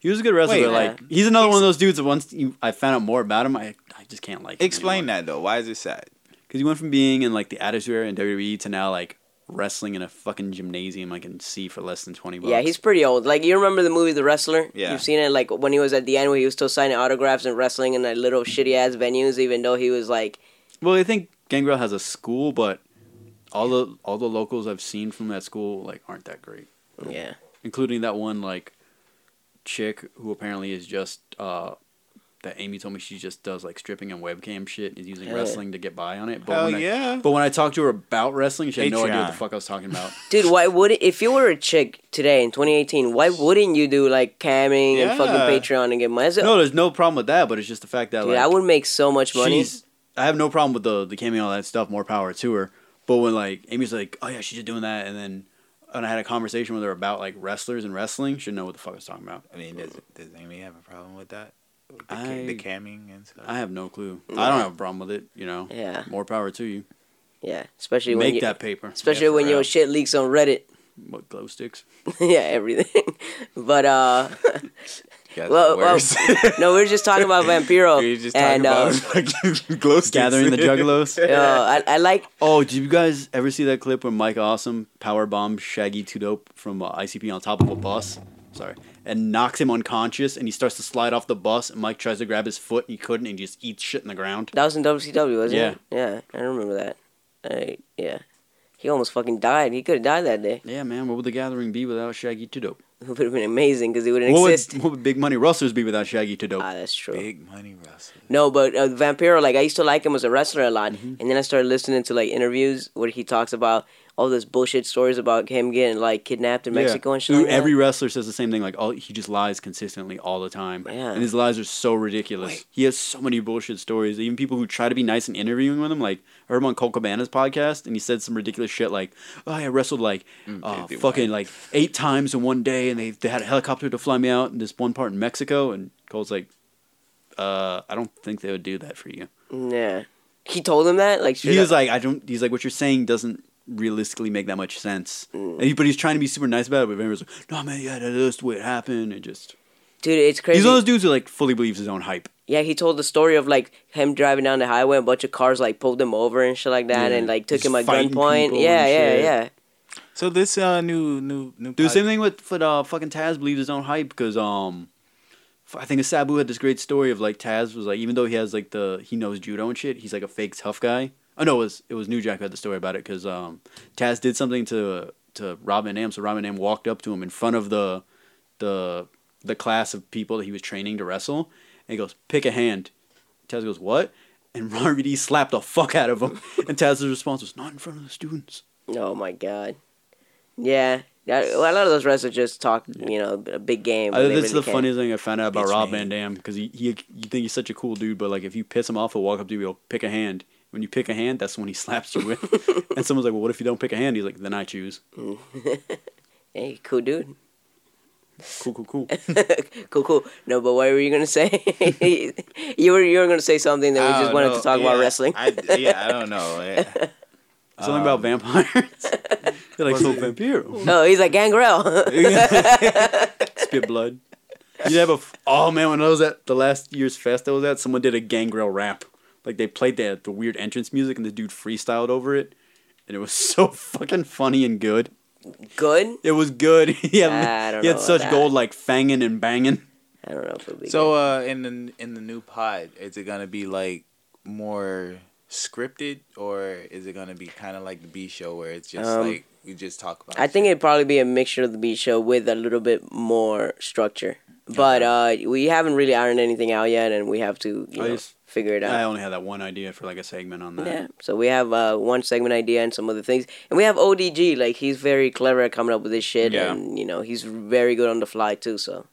Speaker 4: He was a good wrestler.
Speaker 5: Wait, uh,
Speaker 4: but, like, he's another one of those dudes that once you, I found out more about him, I, I just can't like him
Speaker 5: Explain that though. Why is it sad?
Speaker 4: Because he went from being in like the Attitude Era in WWE E to now like wrestling in a fucking gymnasium I can see for less than twenty bucks.
Speaker 3: Yeah, he's pretty old. Like you remember the movie The Wrestler?
Speaker 5: Yeah.
Speaker 3: You've seen it. Like when he was at the end, where he was still signing autographs and wrestling in that little shitty ass venues, even though he was like,
Speaker 4: well. I think Gangrel has a school, but all the all the locals I've seen from that school like aren't that great.
Speaker 3: Yeah.
Speaker 4: including that one like chick who apparently is just uh that Amy told me she just does like stripping and webcam shit and is using
Speaker 3: Yeah.
Speaker 4: wrestling to get by on it. But
Speaker 5: Hell
Speaker 4: when I,
Speaker 5: yeah.
Speaker 4: But when I talked to her about wrestling, she had no idea what the
Speaker 5: Patreon.
Speaker 4: fuck I was talking about.
Speaker 3: Dude, why would if you were a chick today in 2018, why wouldn't you do like camming and fucking
Speaker 5: Yeah.
Speaker 3: Patreon and get money? I said,
Speaker 4: no, there's no problem with that, but it's just the fact that
Speaker 3: dude,
Speaker 4: like
Speaker 3: I would make so much money.
Speaker 4: she's I have no problem with the the cameo all that stuff. More power to her. But when like Amy's like, oh yeah, she's just doing that, and then and I had a conversation with her about like wrestlers and wrestling. She didn't know what the fuck I was talking about.
Speaker 5: I mean, does does Amy have a problem with that? With The,
Speaker 4: I-
Speaker 5: ca- the camming and stuff.
Speaker 4: I have no clue. I don't have a problem with it. You know.
Speaker 3: Yeah.
Speaker 4: More power to you.
Speaker 3: Yeah, especially when
Speaker 4: Make
Speaker 3: you,
Speaker 4: that paper.
Speaker 3: especially
Speaker 4: Yeah, for
Speaker 3: when your
Speaker 4: real.
Speaker 3: shit leaks on Reddit.
Speaker 4: what glow sticks.
Speaker 3: yeah, everything. But uh,
Speaker 5: Yeah, it's
Speaker 3: well, well,
Speaker 5: worse.
Speaker 3: no, we were just talking about Vampiro,
Speaker 5: You're just talking
Speaker 3: and
Speaker 5: about
Speaker 3: uh,
Speaker 5: fucking glow sticks.
Speaker 4: Gathering the Juggalos.
Speaker 3: uh, I, I like
Speaker 4: Oh, did you guys ever see that clip where Mike Awesome power bombs Shaggy Two Dope from uh, ICP on top of a bus? Sorry, and knocks him unconscious, and he starts to slide off the bus, and Mike tries to grab his foot, and he couldn't, and he just eats shit in the ground.
Speaker 3: that was in WCW, wasn't
Speaker 4: Yeah.
Speaker 3: it? Yeah, I remember that. I, yeah, he almost fucking died. He could have died that day.
Speaker 4: Yeah, man, what would the gathering be without Shaggy Two Dope?
Speaker 3: It would have been amazing because it wouldn't
Speaker 4: What
Speaker 3: exist.
Speaker 4: would, what would Big Money Rustlers be without Shaggy Two Dope?
Speaker 3: Ah, that's true.
Speaker 5: Big money wrestler.
Speaker 3: No, but uh, Vampiro, like I used to like him as a wrestler a lot,
Speaker 4: Mm-hmm.
Speaker 3: and then I started listening to like interviews where he talks about all those bullshit stories about him getting like kidnapped in Mexico and shit.
Speaker 4: Dude,
Speaker 3: like that.
Speaker 4: every wrestler says the same thing. Like, all he just lies consistently all the time,
Speaker 3: Yeah.
Speaker 4: and his lies are so ridiculous. He has so many bullshit stories. Even people who try to be nice and interviewing with him, like I heard him on Cole Cabana's podcast, and he said some ridiculous shit like, "Oh, I wrestled like
Speaker 3: Mm,
Speaker 4: uh,
Speaker 5: they- they
Speaker 4: fucking like eight times in one day, and they they had a helicopter to fly me out in this one part in Mexico." And Cole's like, "Uh, I don't think they would do that for you."
Speaker 3: Mm, yeah, he told him that like straight
Speaker 4: he was
Speaker 3: up.
Speaker 4: like, I don't. He's like, what you're saying doesn't realistically make that much sense. And he, but he's trying to be super nice about it. But Vader's like, no man, yeah, that is the way it happened. And just
Speaker 3: dude, it's crazy.
Speaker 4: he's one of those dudes who like fully believes his own hype.
Speaker 3: Yeah, he told the story of like him driving down the highway, a bunch of cars like pulled him over and shit like that,
Speaker 4: Yeah.
Speaker 3: and like took
Speaker 4: Just
Speaker 3: him at
Speaker 4: fighting people
Speaker 3: gunpoint. Yeah,
Speaker 4: and
Speaker 3: yeah,
Speaker 4: shit.
Speaker 3: yeah.
Speaker 5: So this uh, new new new.
Speaker 4: Dude,
Speaker 5: pod-
Speaker 4: same thing with with uh, fucking Taz believes his own hype because um, f- I think Sabu had this great story of like Taz was like even though he has like the he knows judo and shit, he's like a fake tough guy. Oh no, it was it was New Jack who had the story about it because um, Taz did something to to Robin Am, so Robin Am walked up to him in front of the the the class of people that he was training to wrestle, and he goes, "Pick a hand." Taz goes, "What?" And Robert E. slapped the fuck out of him, and Taz's response was, "Not in front of the students."
Speaker 3: Oh my god. Yeah. That, well, a lot of those wrestlers just talk, you know, a big game.
Speaker 4: I
Speaker 3: when
Speaker 4: think
Speaker 3: they
Speaker 4: that's
Speaker 3: really
Speaker 4: the
Speaker 3: can.
Speaker 4: funniest thing I found out about
Speaker 5: It's
Speaker 4: Rob
Speaker 5: me.
Speaker 4: Van Dam because he, he you think he's such a cool dude, but like if you piss him off, he'll walk up to you, he'll pick a hand. When you pick a hand, that's when he slaps you with. and someone's like, "Well, what if you don't pick a hand?" He's like, "Then I choose."
Speaker 3: Hey, cool dude.
Speaker 4: Cool, cool, cool.
Speaker 3: Cool, cool. No, but what were you gonna say? you were you were gonna say something that we
Speaker 5: I
Speaker 3: just
Speaker 5: don't
Speaker 3: wanted
Speaker 5: know.
Speaker 3: to talk
Speaker 5: Oh, Yeah,
Speaker 3: about wrestling.
Speaker 5: I, yeah, I don't know. Yeah.
Speaker 4: Something about vampires. They're like, "So vampiro,
Speaker 3: no, Oh, he's like Gangrel.
Speaker 4: spit blood." You have a f- oh man when I was at the last year's fest I was at, someone did a Gangrel rap. Like they played that the weird entrance music and the dude freestyled over it, and it was so fucking funny and good.
Speaker 3: Good.
Speaker 4: It was good. he had,
Speaker 3: I don't
Speaker 4: he had
Speaker 3: know about
Speaker 4: such
Speaker 3: that.
Speaker 4: gold like fangin' and bangin'.
Speaker 3: I don't know if it'll be
Speaker 5: So uh, in the in the new pod, is it gonna be like more scripted, or is it gonna be kind of like the B show where it's just
Speaker 3: Um,
Speaker 5: like we just talk about?
Speaker 3: I think it'd probably be a mixture of the beat show with a little bit more structure. But uh, we haven't really ironed anything out yet, and we have to you
Speaker 4: I
Speaker 3: know,
Speaker 4: just-
Speaker 3: figure it
Speaker 4: I
Speaker 3: out.
Speaker 4: only had that one idea for like a segment on that.
Speaker 3: Yeah. So we have uh, one segment idea and some other things, and we have ODG. Like he's very clever at coming up with this shit,
Speaker 4: Yeah.
Speaker 3: and you know he's very good on the fly too. So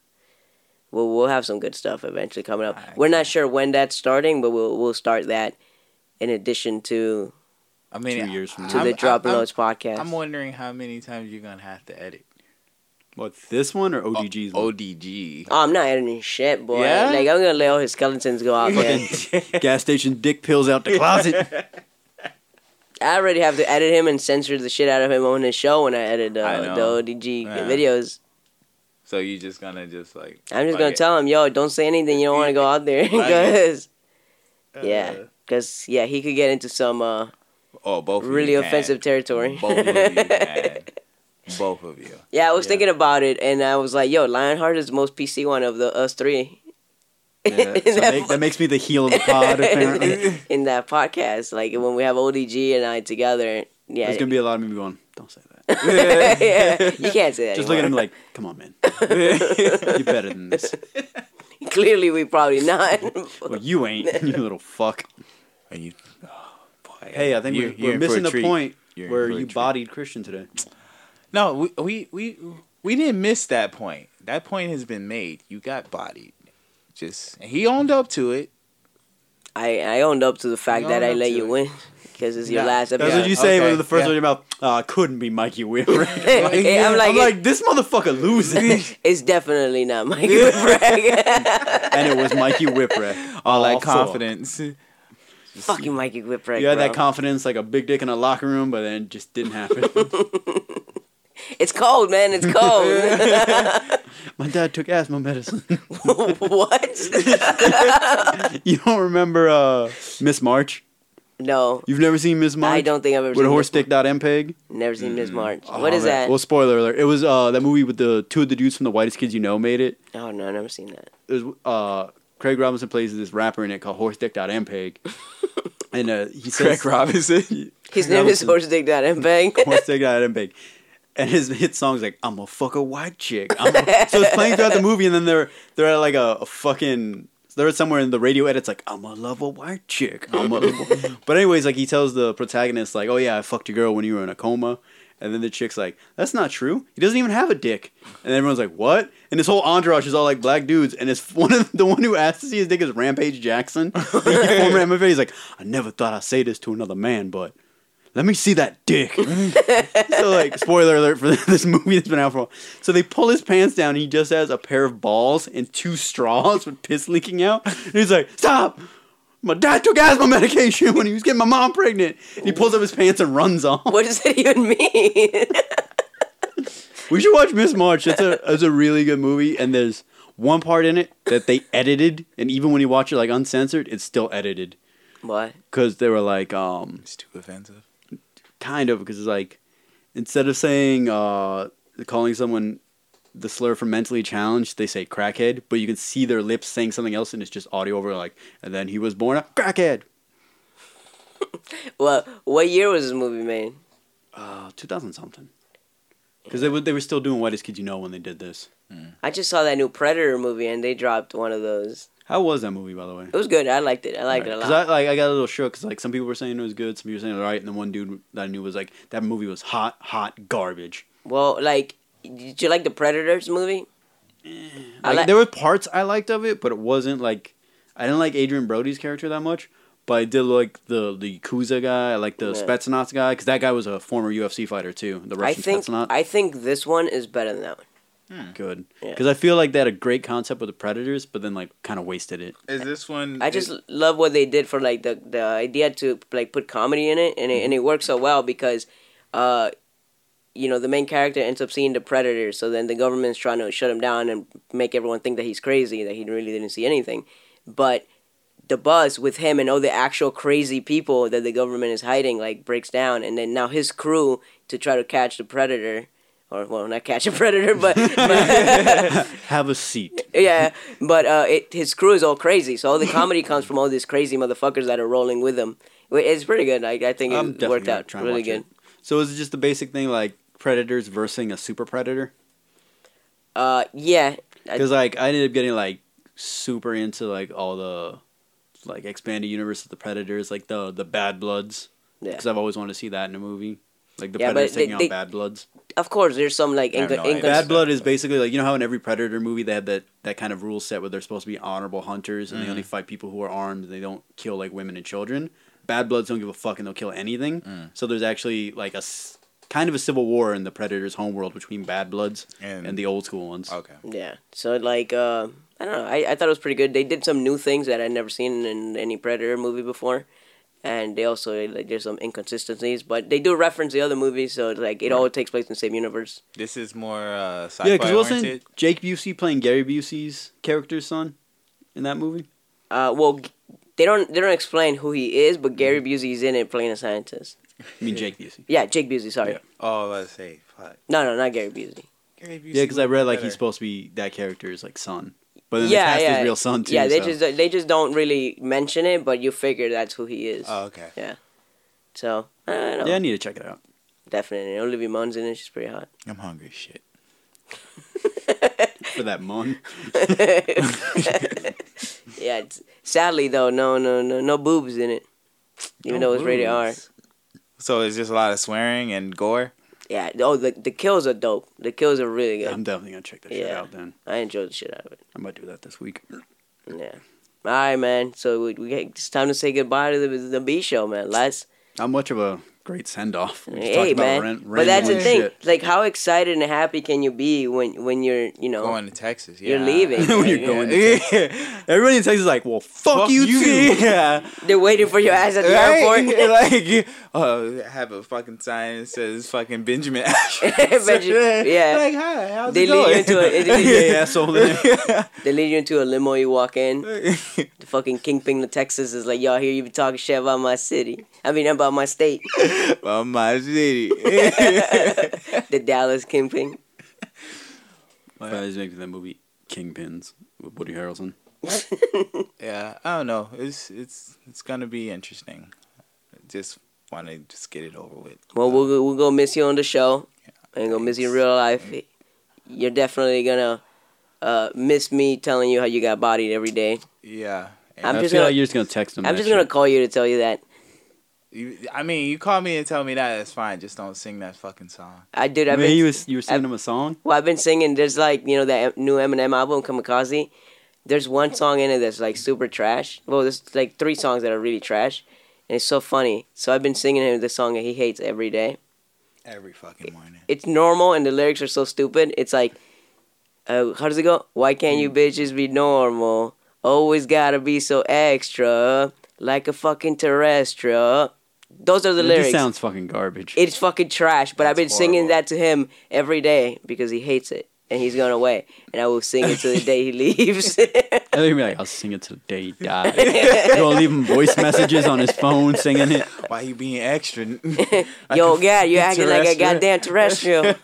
Speaker 3: we'll we'll have some good stuff eventually coming up.
Speaker 5: Alright,
Speaker 3: We're not sure when that's starting, but we'll we'll start that in addition to
Speaker 5: I mean,
Speaker 4: two years from
Speaker 3: to
Speaker 4: now.
Speaker 3: the
Speaker 5: I'm-
Speaker 3: Drop
Speaker 5: I'm-
Speaker 3: Loads podcast.
Speaker 5: I'm wondering how many times you're gonna have to edit.
Speaker 4: What this one or ODG's one?
Speaker 5: ODG.
Speaker 3: Oh, I'm not editing shit, boy.
Speaker 5: Yeah?
Speaker 3: Like I'm gonna let all his skeletons go out there.
Speaker 4: Gas station dick pills out the closet.
Speaker 3: I already have to edit him and censor the shit out of him on his show when I edit uh,
Speaker 5: I know.
Speaker 3: the ODG
Speaker 5: Yeah.
Speaker 3: videos.
Speaker 5: So you're just gonna just like.
Speaker 3: I'm just
Speaker 5: fuck
Speaker 3: gonna
Speaker 5: it.
Speaker 3: tell him, yo, don't say anything. You don't want to go out there because, yeah, because yeah, he could get into some uh,
Speaker 5: Oh, both of
Speaker 3: really
Speaker 5: you, man.
Speaker 3: offensive territory.
Speaker 5: Both of you, man. Both of you.
Speaker 3: yeah, I was thinking about it, and I was like, yo, Lionheart is the most PC one of the us three
Speaker 4: Yeah, so
Speaker 3: That
Speaker 4: that, make- that makes me the heel of the pod. Apparently,
Speaker 3: in that podcast. Like when we have ODG and I together, yeah,
Speaker 4: there's gonna be a lot of me going. Don't say that.
Speaker 3: yeah, you can't say that.
Speaker 4: Just
Speaker 3: anymore.
Speaker 4: look at him like, come on, man. You're better than this.
Speaker 3: Clearly, we probably not.
Speaker 4: Well, you ain't, you little fuck.
Speaker 5: And you,
Speaker 4: Hey, I think
Speaker 5: You're-
Speaker 4: we're,
Speaker 5: you're
Speaker 4: we're
Speaker 5: in for a
Speaker 4: missing the
Speaker 5: treat.
Speaker 4: point
Speaker 5: You're in
Speaker 4: where
Speaker 5: for a
Speaker 4: you
Speaker 5: treat.
Speaker 4: bodied Christian today.
Speaker 5: no, we, we we we didn't miss that point. That point has been made. You got bodied. Just and he owned up to it.
Speaker 3: I, I owned up to the fact
Speaker 5: You
Speaker 3: that
Speaker 5: owned
Speaker 3: I
Speaker 5: up
Speaker 3: let
Speaker 5: to
Speaker 3: you
Speaker 5: it.
Speaker 3: win because it's your
Speaker 5: Yeah.
Speaker 3: last
Speaker 4: That's
Speaker 3: episode.
Speaker 4: what you say
Speaker 5: okay,
Speaker 4: with the first
Speaker 5: yeah.
Speaker 4: one in your mouth. Uh, couldn't be Mikey Whipwreck.
Speaker 3: Okay, I'm like,
Speaker 4: I'm like, this motherfucker loses.
Speaker 3: it's definitely not Mike Whipwreck.
Speaker 4: and it was Mikey Whipwreck.
Speaker 5: All that
Speaker 4: Awful.
Speaker 5: confidence.
Speaker 3: Fuck you, Mikey Whipwreck.
Speaker 4: You had that
Speaker 3: bro.
Speaker 4: confidence like a big dick in a locker room, but then it just didn't happen.
Speaker 3: It's cold, man. It's cold.
Speaker 4: my dad took asthma medicine.
Speaker 3: what?
Speaker 4: you don't remember uh, Miss March?
Speaker 3: no,
Speaker 4: You've never seen Miss March?
Speaker 3: I don't think I've ever
Speaker 4: With a
Speaker 3: seen
Speaker 4: horse
Speaker 3: Miss
Speaker 4: dick dot MPEG?
Speaker 3: Mar- never seen Miss March. what
Speaker 4: Oh,
Speaker 3: is
Speaker 4: man.
Speaker 3: that?
Speaker 4: Well, spoiler alert. It was uh, that movie with the two of the dudes from the whitest kids you know made it.
Speaker 3: oh no, never seen that.
Speaker 4: It was uh, Craig Robinson plays this rapper in it called Horse Dick dot MPEG. and uh, he says
Speaker 5: Craig Robinson.
Speaker 3: His name is
Speaker 4: Robinson.
Speaker 3: Horse Dick Dad and Bang.
Speaker 4: Horse Dick dot MPEG. And his hit song's like "I'm a fuck a white chick." I'm a... so it's playing throughout the movie, and then they're they're at like a, a fucking they're somewhere in the radio edits like "I'm a love a white chick." I'm a love but anyways, like he tells the protagonist like, "Oh yeah, I fucked your girl when you were in a coma," and then the chick's like, "That's not true. He doesn't even have a dick." And everyone's like, "What?" And this whole entourage is all like black dudes, and it's one of the one who asked to see his dick is Rampage Jackson. Former MMA, he's like, "I never thought I'd say this to another man, but." let me see that dick. so, like, spoiler alert for this movie that's been out for a while. So they pull his pants down, and he just has a pair of balls and two straws with piss leaking out. And he's like, stop! My dad took asthma medication when he was getting my mom pregnant. And he pulls up his pants and runs off.
Speaker 3: what does that even mean?
Speaker 4: We should watch Miss March. It's a, it's a really good movie, and there's one part in it that they edited, and even when you watch it, like, uncensored, it's still edited.
Speaker 3: what?
Speaker 4: Because they were like, um,
Speaker 5: It's too offensive.
Speaker 4: kind of because it's like instead of saying uh calling someone the slur for mentally challenged they say crackhead but you can see their lips saying something else and it's just audio over like and then he was born a crackhead
Speaker 3: Well, what year was this movie made?
Speaker 4: uh 2000 something because they, were- they were still doing whitest kids you know when they did this
Speaker 3: I just saw that new Predator movie and they dropped one of those.
Speaker 4: how was that movie by the way
Speaker 3: It was good. I liked it. I liked it a
Speaker 4: because
Speaker 3: lot.
Speaker 4: I like I got a little shook because like some people were saying it was good, some people were saying it was alright, and then one dude that I knew was like that movie was hot, hot garbage.
Speaker 3: Well, like, did you like the Predators movie? I
Speaker 4: Eh, Like,
Speaker 3: like-
Speaker 4: there were parts I liked of it, but it wasn't like I didn't like Adrian Brody's character that much. But I did like the the Yakuza guy, I like
Speaker 3: Yeah.
Speaker 4: the Spetsnaz guy, because that guy was a former UFC fighter too. The
Speaker 3: I
Speaker 4: Russian
Speaker 3: think
Speaker 4: Spetsnaz,
Speaker 3: I think this one is better than that one.
Speaker 4: good.
Speaker 3: Yeah.
Speaker 4: Because I feel like they had a great concept with the Predators, but then like kind of wasted it.
Speaker 5: Is this one?
Speaker 3: I just love what they did for like the the idea to like put comedy in it, and it, and it worked so well because, uh, you know, the main character ends up seeing the predator, so then the government's trying to shut him down and make everyone think that he's crazy, that he really didn't see anything, but the buzz with him and all the actual crazy people that the government is hiding like breaks down, and then now his crew to try to catch the predator. Or well, not catch a predator, but, but
Speaker 4: Have a seat.
Speaker 3: yeah, but uh, it, his crew is all crazy, so all the comedy comes from all these crazy motherfuckers that are rolling with him. Wh- It's pretty good. I, I think
Speaker 4: I'm
Speaker 3: it
Speaker 4: definitely
Speaker 3: worked
Speaker 4: gonna
Speaker 3: out
Speaker 4: try and
Speaker 3: really
Speaker 4: watch it.
Speaker 3: good.
Speaker 4: So is it just the basic thing like Predators versus a Super Predator?
Speaker 3: Uh, yeah, I-
Speaker 4: Because like I ended up getting like super into like all the like expanded universe of the Predators, like the the Bad Bloods.
Speaker 3: yeah.
Speaker 4: because I've always wanted to see that in a movie. Like the
Speaker 3: Yeah, but
Speaker 4: Predators
Speaker 3: they-
Speaker 4: taking on
Speaker 3: they-
Speaker 4: Bad Bloods.
Speaker 3: Of course, there's some like
Speaker 5: I have
Speaker 3: inco-
Speaker 5: no idea.
Speaker 3: incons-
Speaker 4: Bad Blood is basically like you know how in every Predator movie they have that, that kind of rule set where they're supposed to be honorable hunters and they
Speaker 5: Mm.
Speaker 4: only fight people who are armed and they don't kill like women and children. Bad Bloods don't give a fuck and they'll kill anything.
Speaker 5: Mm.
Speaker 4: So there's actually like a s- kind of a civil war in the Predator's homeworld between Bad Bloods and,
Speaker 5: And-
Speaker 4: the old school ones.
Speaker 5: okay.
Speaker 3: Yeah, so like uh, I don't know. I, I thought it was pretty good. They did some new things that I'd never seen in any Predator movie before, and they also like there's some inconsistencies, but they do reference the other movies, so it's like it all takes place in the same universe.
Speaker 5: This is more uh, sci-fi
Speaker 4: Yeah, because
Speaker 5: oriented.
Speaker 4: wasn't Jake Busey playing Gary Busey's character's son in that movie?
Speaker 3: Uh, well, g- they don't they don't explain who he is, but Gary
Speaker 4: Mm-hmm.
Speaker 3: Busey's in it playing a scientist.
Speaker 4: I mean Jake Busey.
Speaker 3: Yeah, Jake Busey. Sorry.
Speaker 4: Yeah.
Speaker 5: Oh, I was gonna say, fuck.
Speaker 3: No, no, not Gary Busey.
Speaker 5: Gary Busey
Speaker 4: Yeah, because I
Speaker 5: would've
Speaker 4: read
Speaker 5: been
Speaker 4: like
Speaker 5: better.
Speaker 4: he's supposed to be that character's like son, but then they
Speaker 3: yeah,
Speaker 4: cast
Speaker 3: yeah.
Speaker 4: his real son too.
Speaker 3: Yeah, they
Speaker 4: so.
Speaker 3: just they just don't really mention
Speaker 4: Uh.
Speaker 3: it, but you figure that's who he is.
Speaker 5: Oh, okay.
Speaker 3: Yeah. So I don't know.
Speaker 4: Yeah, I need to check it out.
Speaker 3: Definitely. Olivia Munn's in it. She's pretty hot.
Speaker 5: I'm hungry as shit.
Speaker 4: for that month.
Speaker 3: Yeah. It's, sadly though, no, no, no, no boobs in it. Even though it's rated R.
Speaker 5: So it's just a lot of swearing and gore.
Speaker 3: Yeah. Oh, the the kills are dope. The kills are really good.
Speaker 4: I'm definitely gonna check that shit
Speaker 3: Yeah.
Speaker 4: out. Then
Speaker 3: I enjoyed the shit out of it.
Speaker 4: I might do that this week.
Speaker 3: Yeah. All right, man. So we, we get, it's time to say goodbye to the, the B show, man. Last
Speaker 4: Not much of a great send off. We just
Speaker 3: hey,
Speaker 4: talked about
Speaker 3: man.
Speaker 4: rent-
Speaker 3: but that's the
Speaker 4: random
Speaker 3: thing.
Speaker 4: shit.
Speaker 3: Like, how excited and happy can you be when when you're you know
Speaker 5: Going to Texas. Yeah.
Speaker 3: Oh. you're leaving?
Speaker 4: When you're
Speaker 3: Like,
Speaker 4: going
Speaker 5: yeah.
Speaker 4: Everybody in Texas is like, well, fuck,
Speaker 5: Fuck
Speaker 4: you,
Speaker 5: you.
Speaker 4: too.
Speaker 5: Yeah.
Speaker 3: They're waiting for your ass at the airport.
Speaker 5: Right? like, oh, have a fucking sign that says fucking Benjamin. Ashford.
Speaker 3: Benjamin, yeah.
Speaker 5: Like, hi, how's
Speaker 3: They
Speaker 5: it
Speaker 3: lead you
Speaker 5: going?
Speaker 3: into a,
Speaker 4: yeah,
Speaker 3: they,
Speaker 4: asshole. That's
Speaker 3: they lead you into a limo. You walk in. The fucking kingpin of Texas is like, y'all hear you be talking shit about my city. I mean, about my state.
Speaker 5: Well, my city.
Speaker 3: The Dallas kingpin.
Speaker 4: making that movie Kingpins with Woody Harrelson.
Speaker 5: yeah, I don't know. It's it's it's gonna be interesting. Just want to just get it over with.
Speaker 3: Well, we'll go- we'll go miss you on the show. and gonna miss you in real life. You're definitely gonna uh, miss me telling you how you got bodied every day.
Speaker 5: Yeah.
Speaker 3: I'm
Speaker 4: i
Speaker 3: just
Speaker 4: feel
Speaker 3: gonna-
Speaker 4: like you're just gonna text him.
Speaker 3: I'm
Speaker 4: that
Speaker 3: just gonna
Speaker 4: shit.
Speaker 3: call you to tell you that.
Speaker 5: You, I mean, you call me and tell me that that's fine. Just don't sing that fucking song.
Speaker 3: I did. I've
Speaker 4: Man,
Speaker 3: been,
Speaker 4: you was you were sending him a song.
Speaker 3: well, I've been singing. There's like you know that new Eminem album, Kamikaze. There's one song in it that's like super trash. Well, there's like three songs that are really trash, and it's so funny. So I've been singing him the song that he hates every day.
Speaker 5: Every fucking morning.
Speaker 3: It's normal, and the lyrics are so stupid. It's like, uh, how does it go? Why can't
Speaker 4: Mm.
Speaker 3: you bitches be normal? Always gotta be so extra, like a fucking terrestrial. Those are the
Speaker 4: It
Speaker 3: lyrics.
Speaker 4: just sounds fucking garbage.
Speaker 3: It's fucking trash, but I've been
Speaker 5: That's
Speaker 3: singing
Speaker 5: horrible.
Speaker 3: that to him every day because he hates it and he's going away. And I will sing it till the day he leaves.
Speaker 4: I think he'd be like, I'll sing it till the day he dies. You'll leave him voice messages on his phone singing it.
Speaker 5: Why you being extra?
Speaker 3: Yo, God, you're acting like a
Speaker 5: Terrestrial.
Speaker 3: goddamn terrestrial.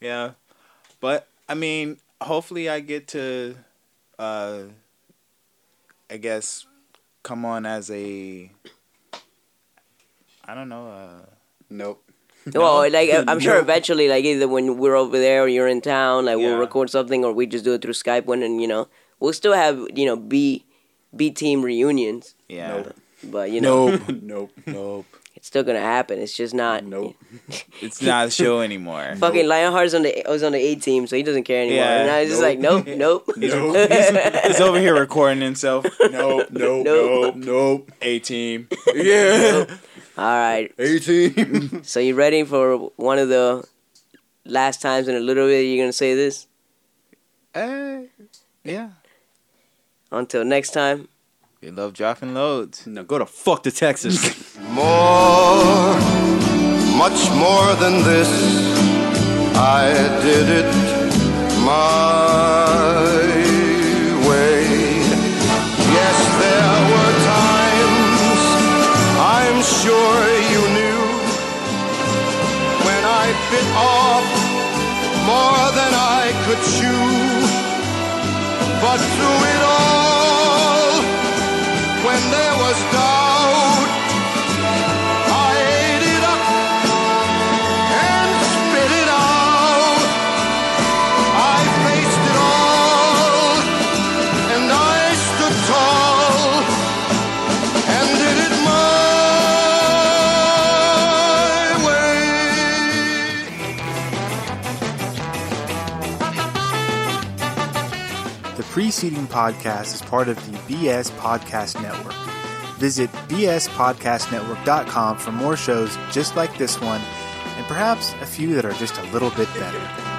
Speaker 5: yeah, but I mean, hopefully I get to, uh, I guess, come on as a. I don't know. Uh,
Speaker 4: Nope.
Speaker 3: well, like I- I'm sure eventually, like either when we're over there or you're in town, like we'll
Speaker 5: Yeah.
Speaker 3: record something or we just do it through Skype. When and you know, we'll still have you know B B team reunions,
Speaker 5: yeah.
Speaker 4: Nope.
Speaker 3: but you know,
Speaker 5: Nope.
Speaker 4: nope.
Speaker 5: nope.
Speaker 3: it's still gonna happen. It's just not.
Speaker 4: Nope.
Speaker 5: It's not a show anymore.
Speaker 3: Fucking Lionheart's on the was on the A team, so he doesn't care anymore.
Speaker 5: Yeah.
Speaker 3: and I was just like, nope, nope.
Speaker 4: Nope.
Speaker 5: He's over here recording himself. Nope. Nope.
Speaker 3: Nope.
Speaker 5: Nope. Nope. A team. Yeah.
Speaker 3: All right,
Speaker 4: A team.
Speaker 3: So you ready for one of the last times in a little bit you're gonna say this?
Speaker 5: Uh, yeah.
Speaker 3: Until next time.
Speaker 5: We love dropping loads.
Speaker 4: no, go to fuck to Texas.
Speaker 2: More, much more than this. I did it my way. Yes, there were times I'm sure you knew when I bit off more than I could chew. But through it all, when there was doubt, I ate it up and spit it out. I faced it all and I stood tall and did it my way.
Speaker 6: The preceding podcast is part of the BS Podcast Network. Visit bspodcastnetwork.com for more shows just like this one and perhaps a few that are just a little bit better.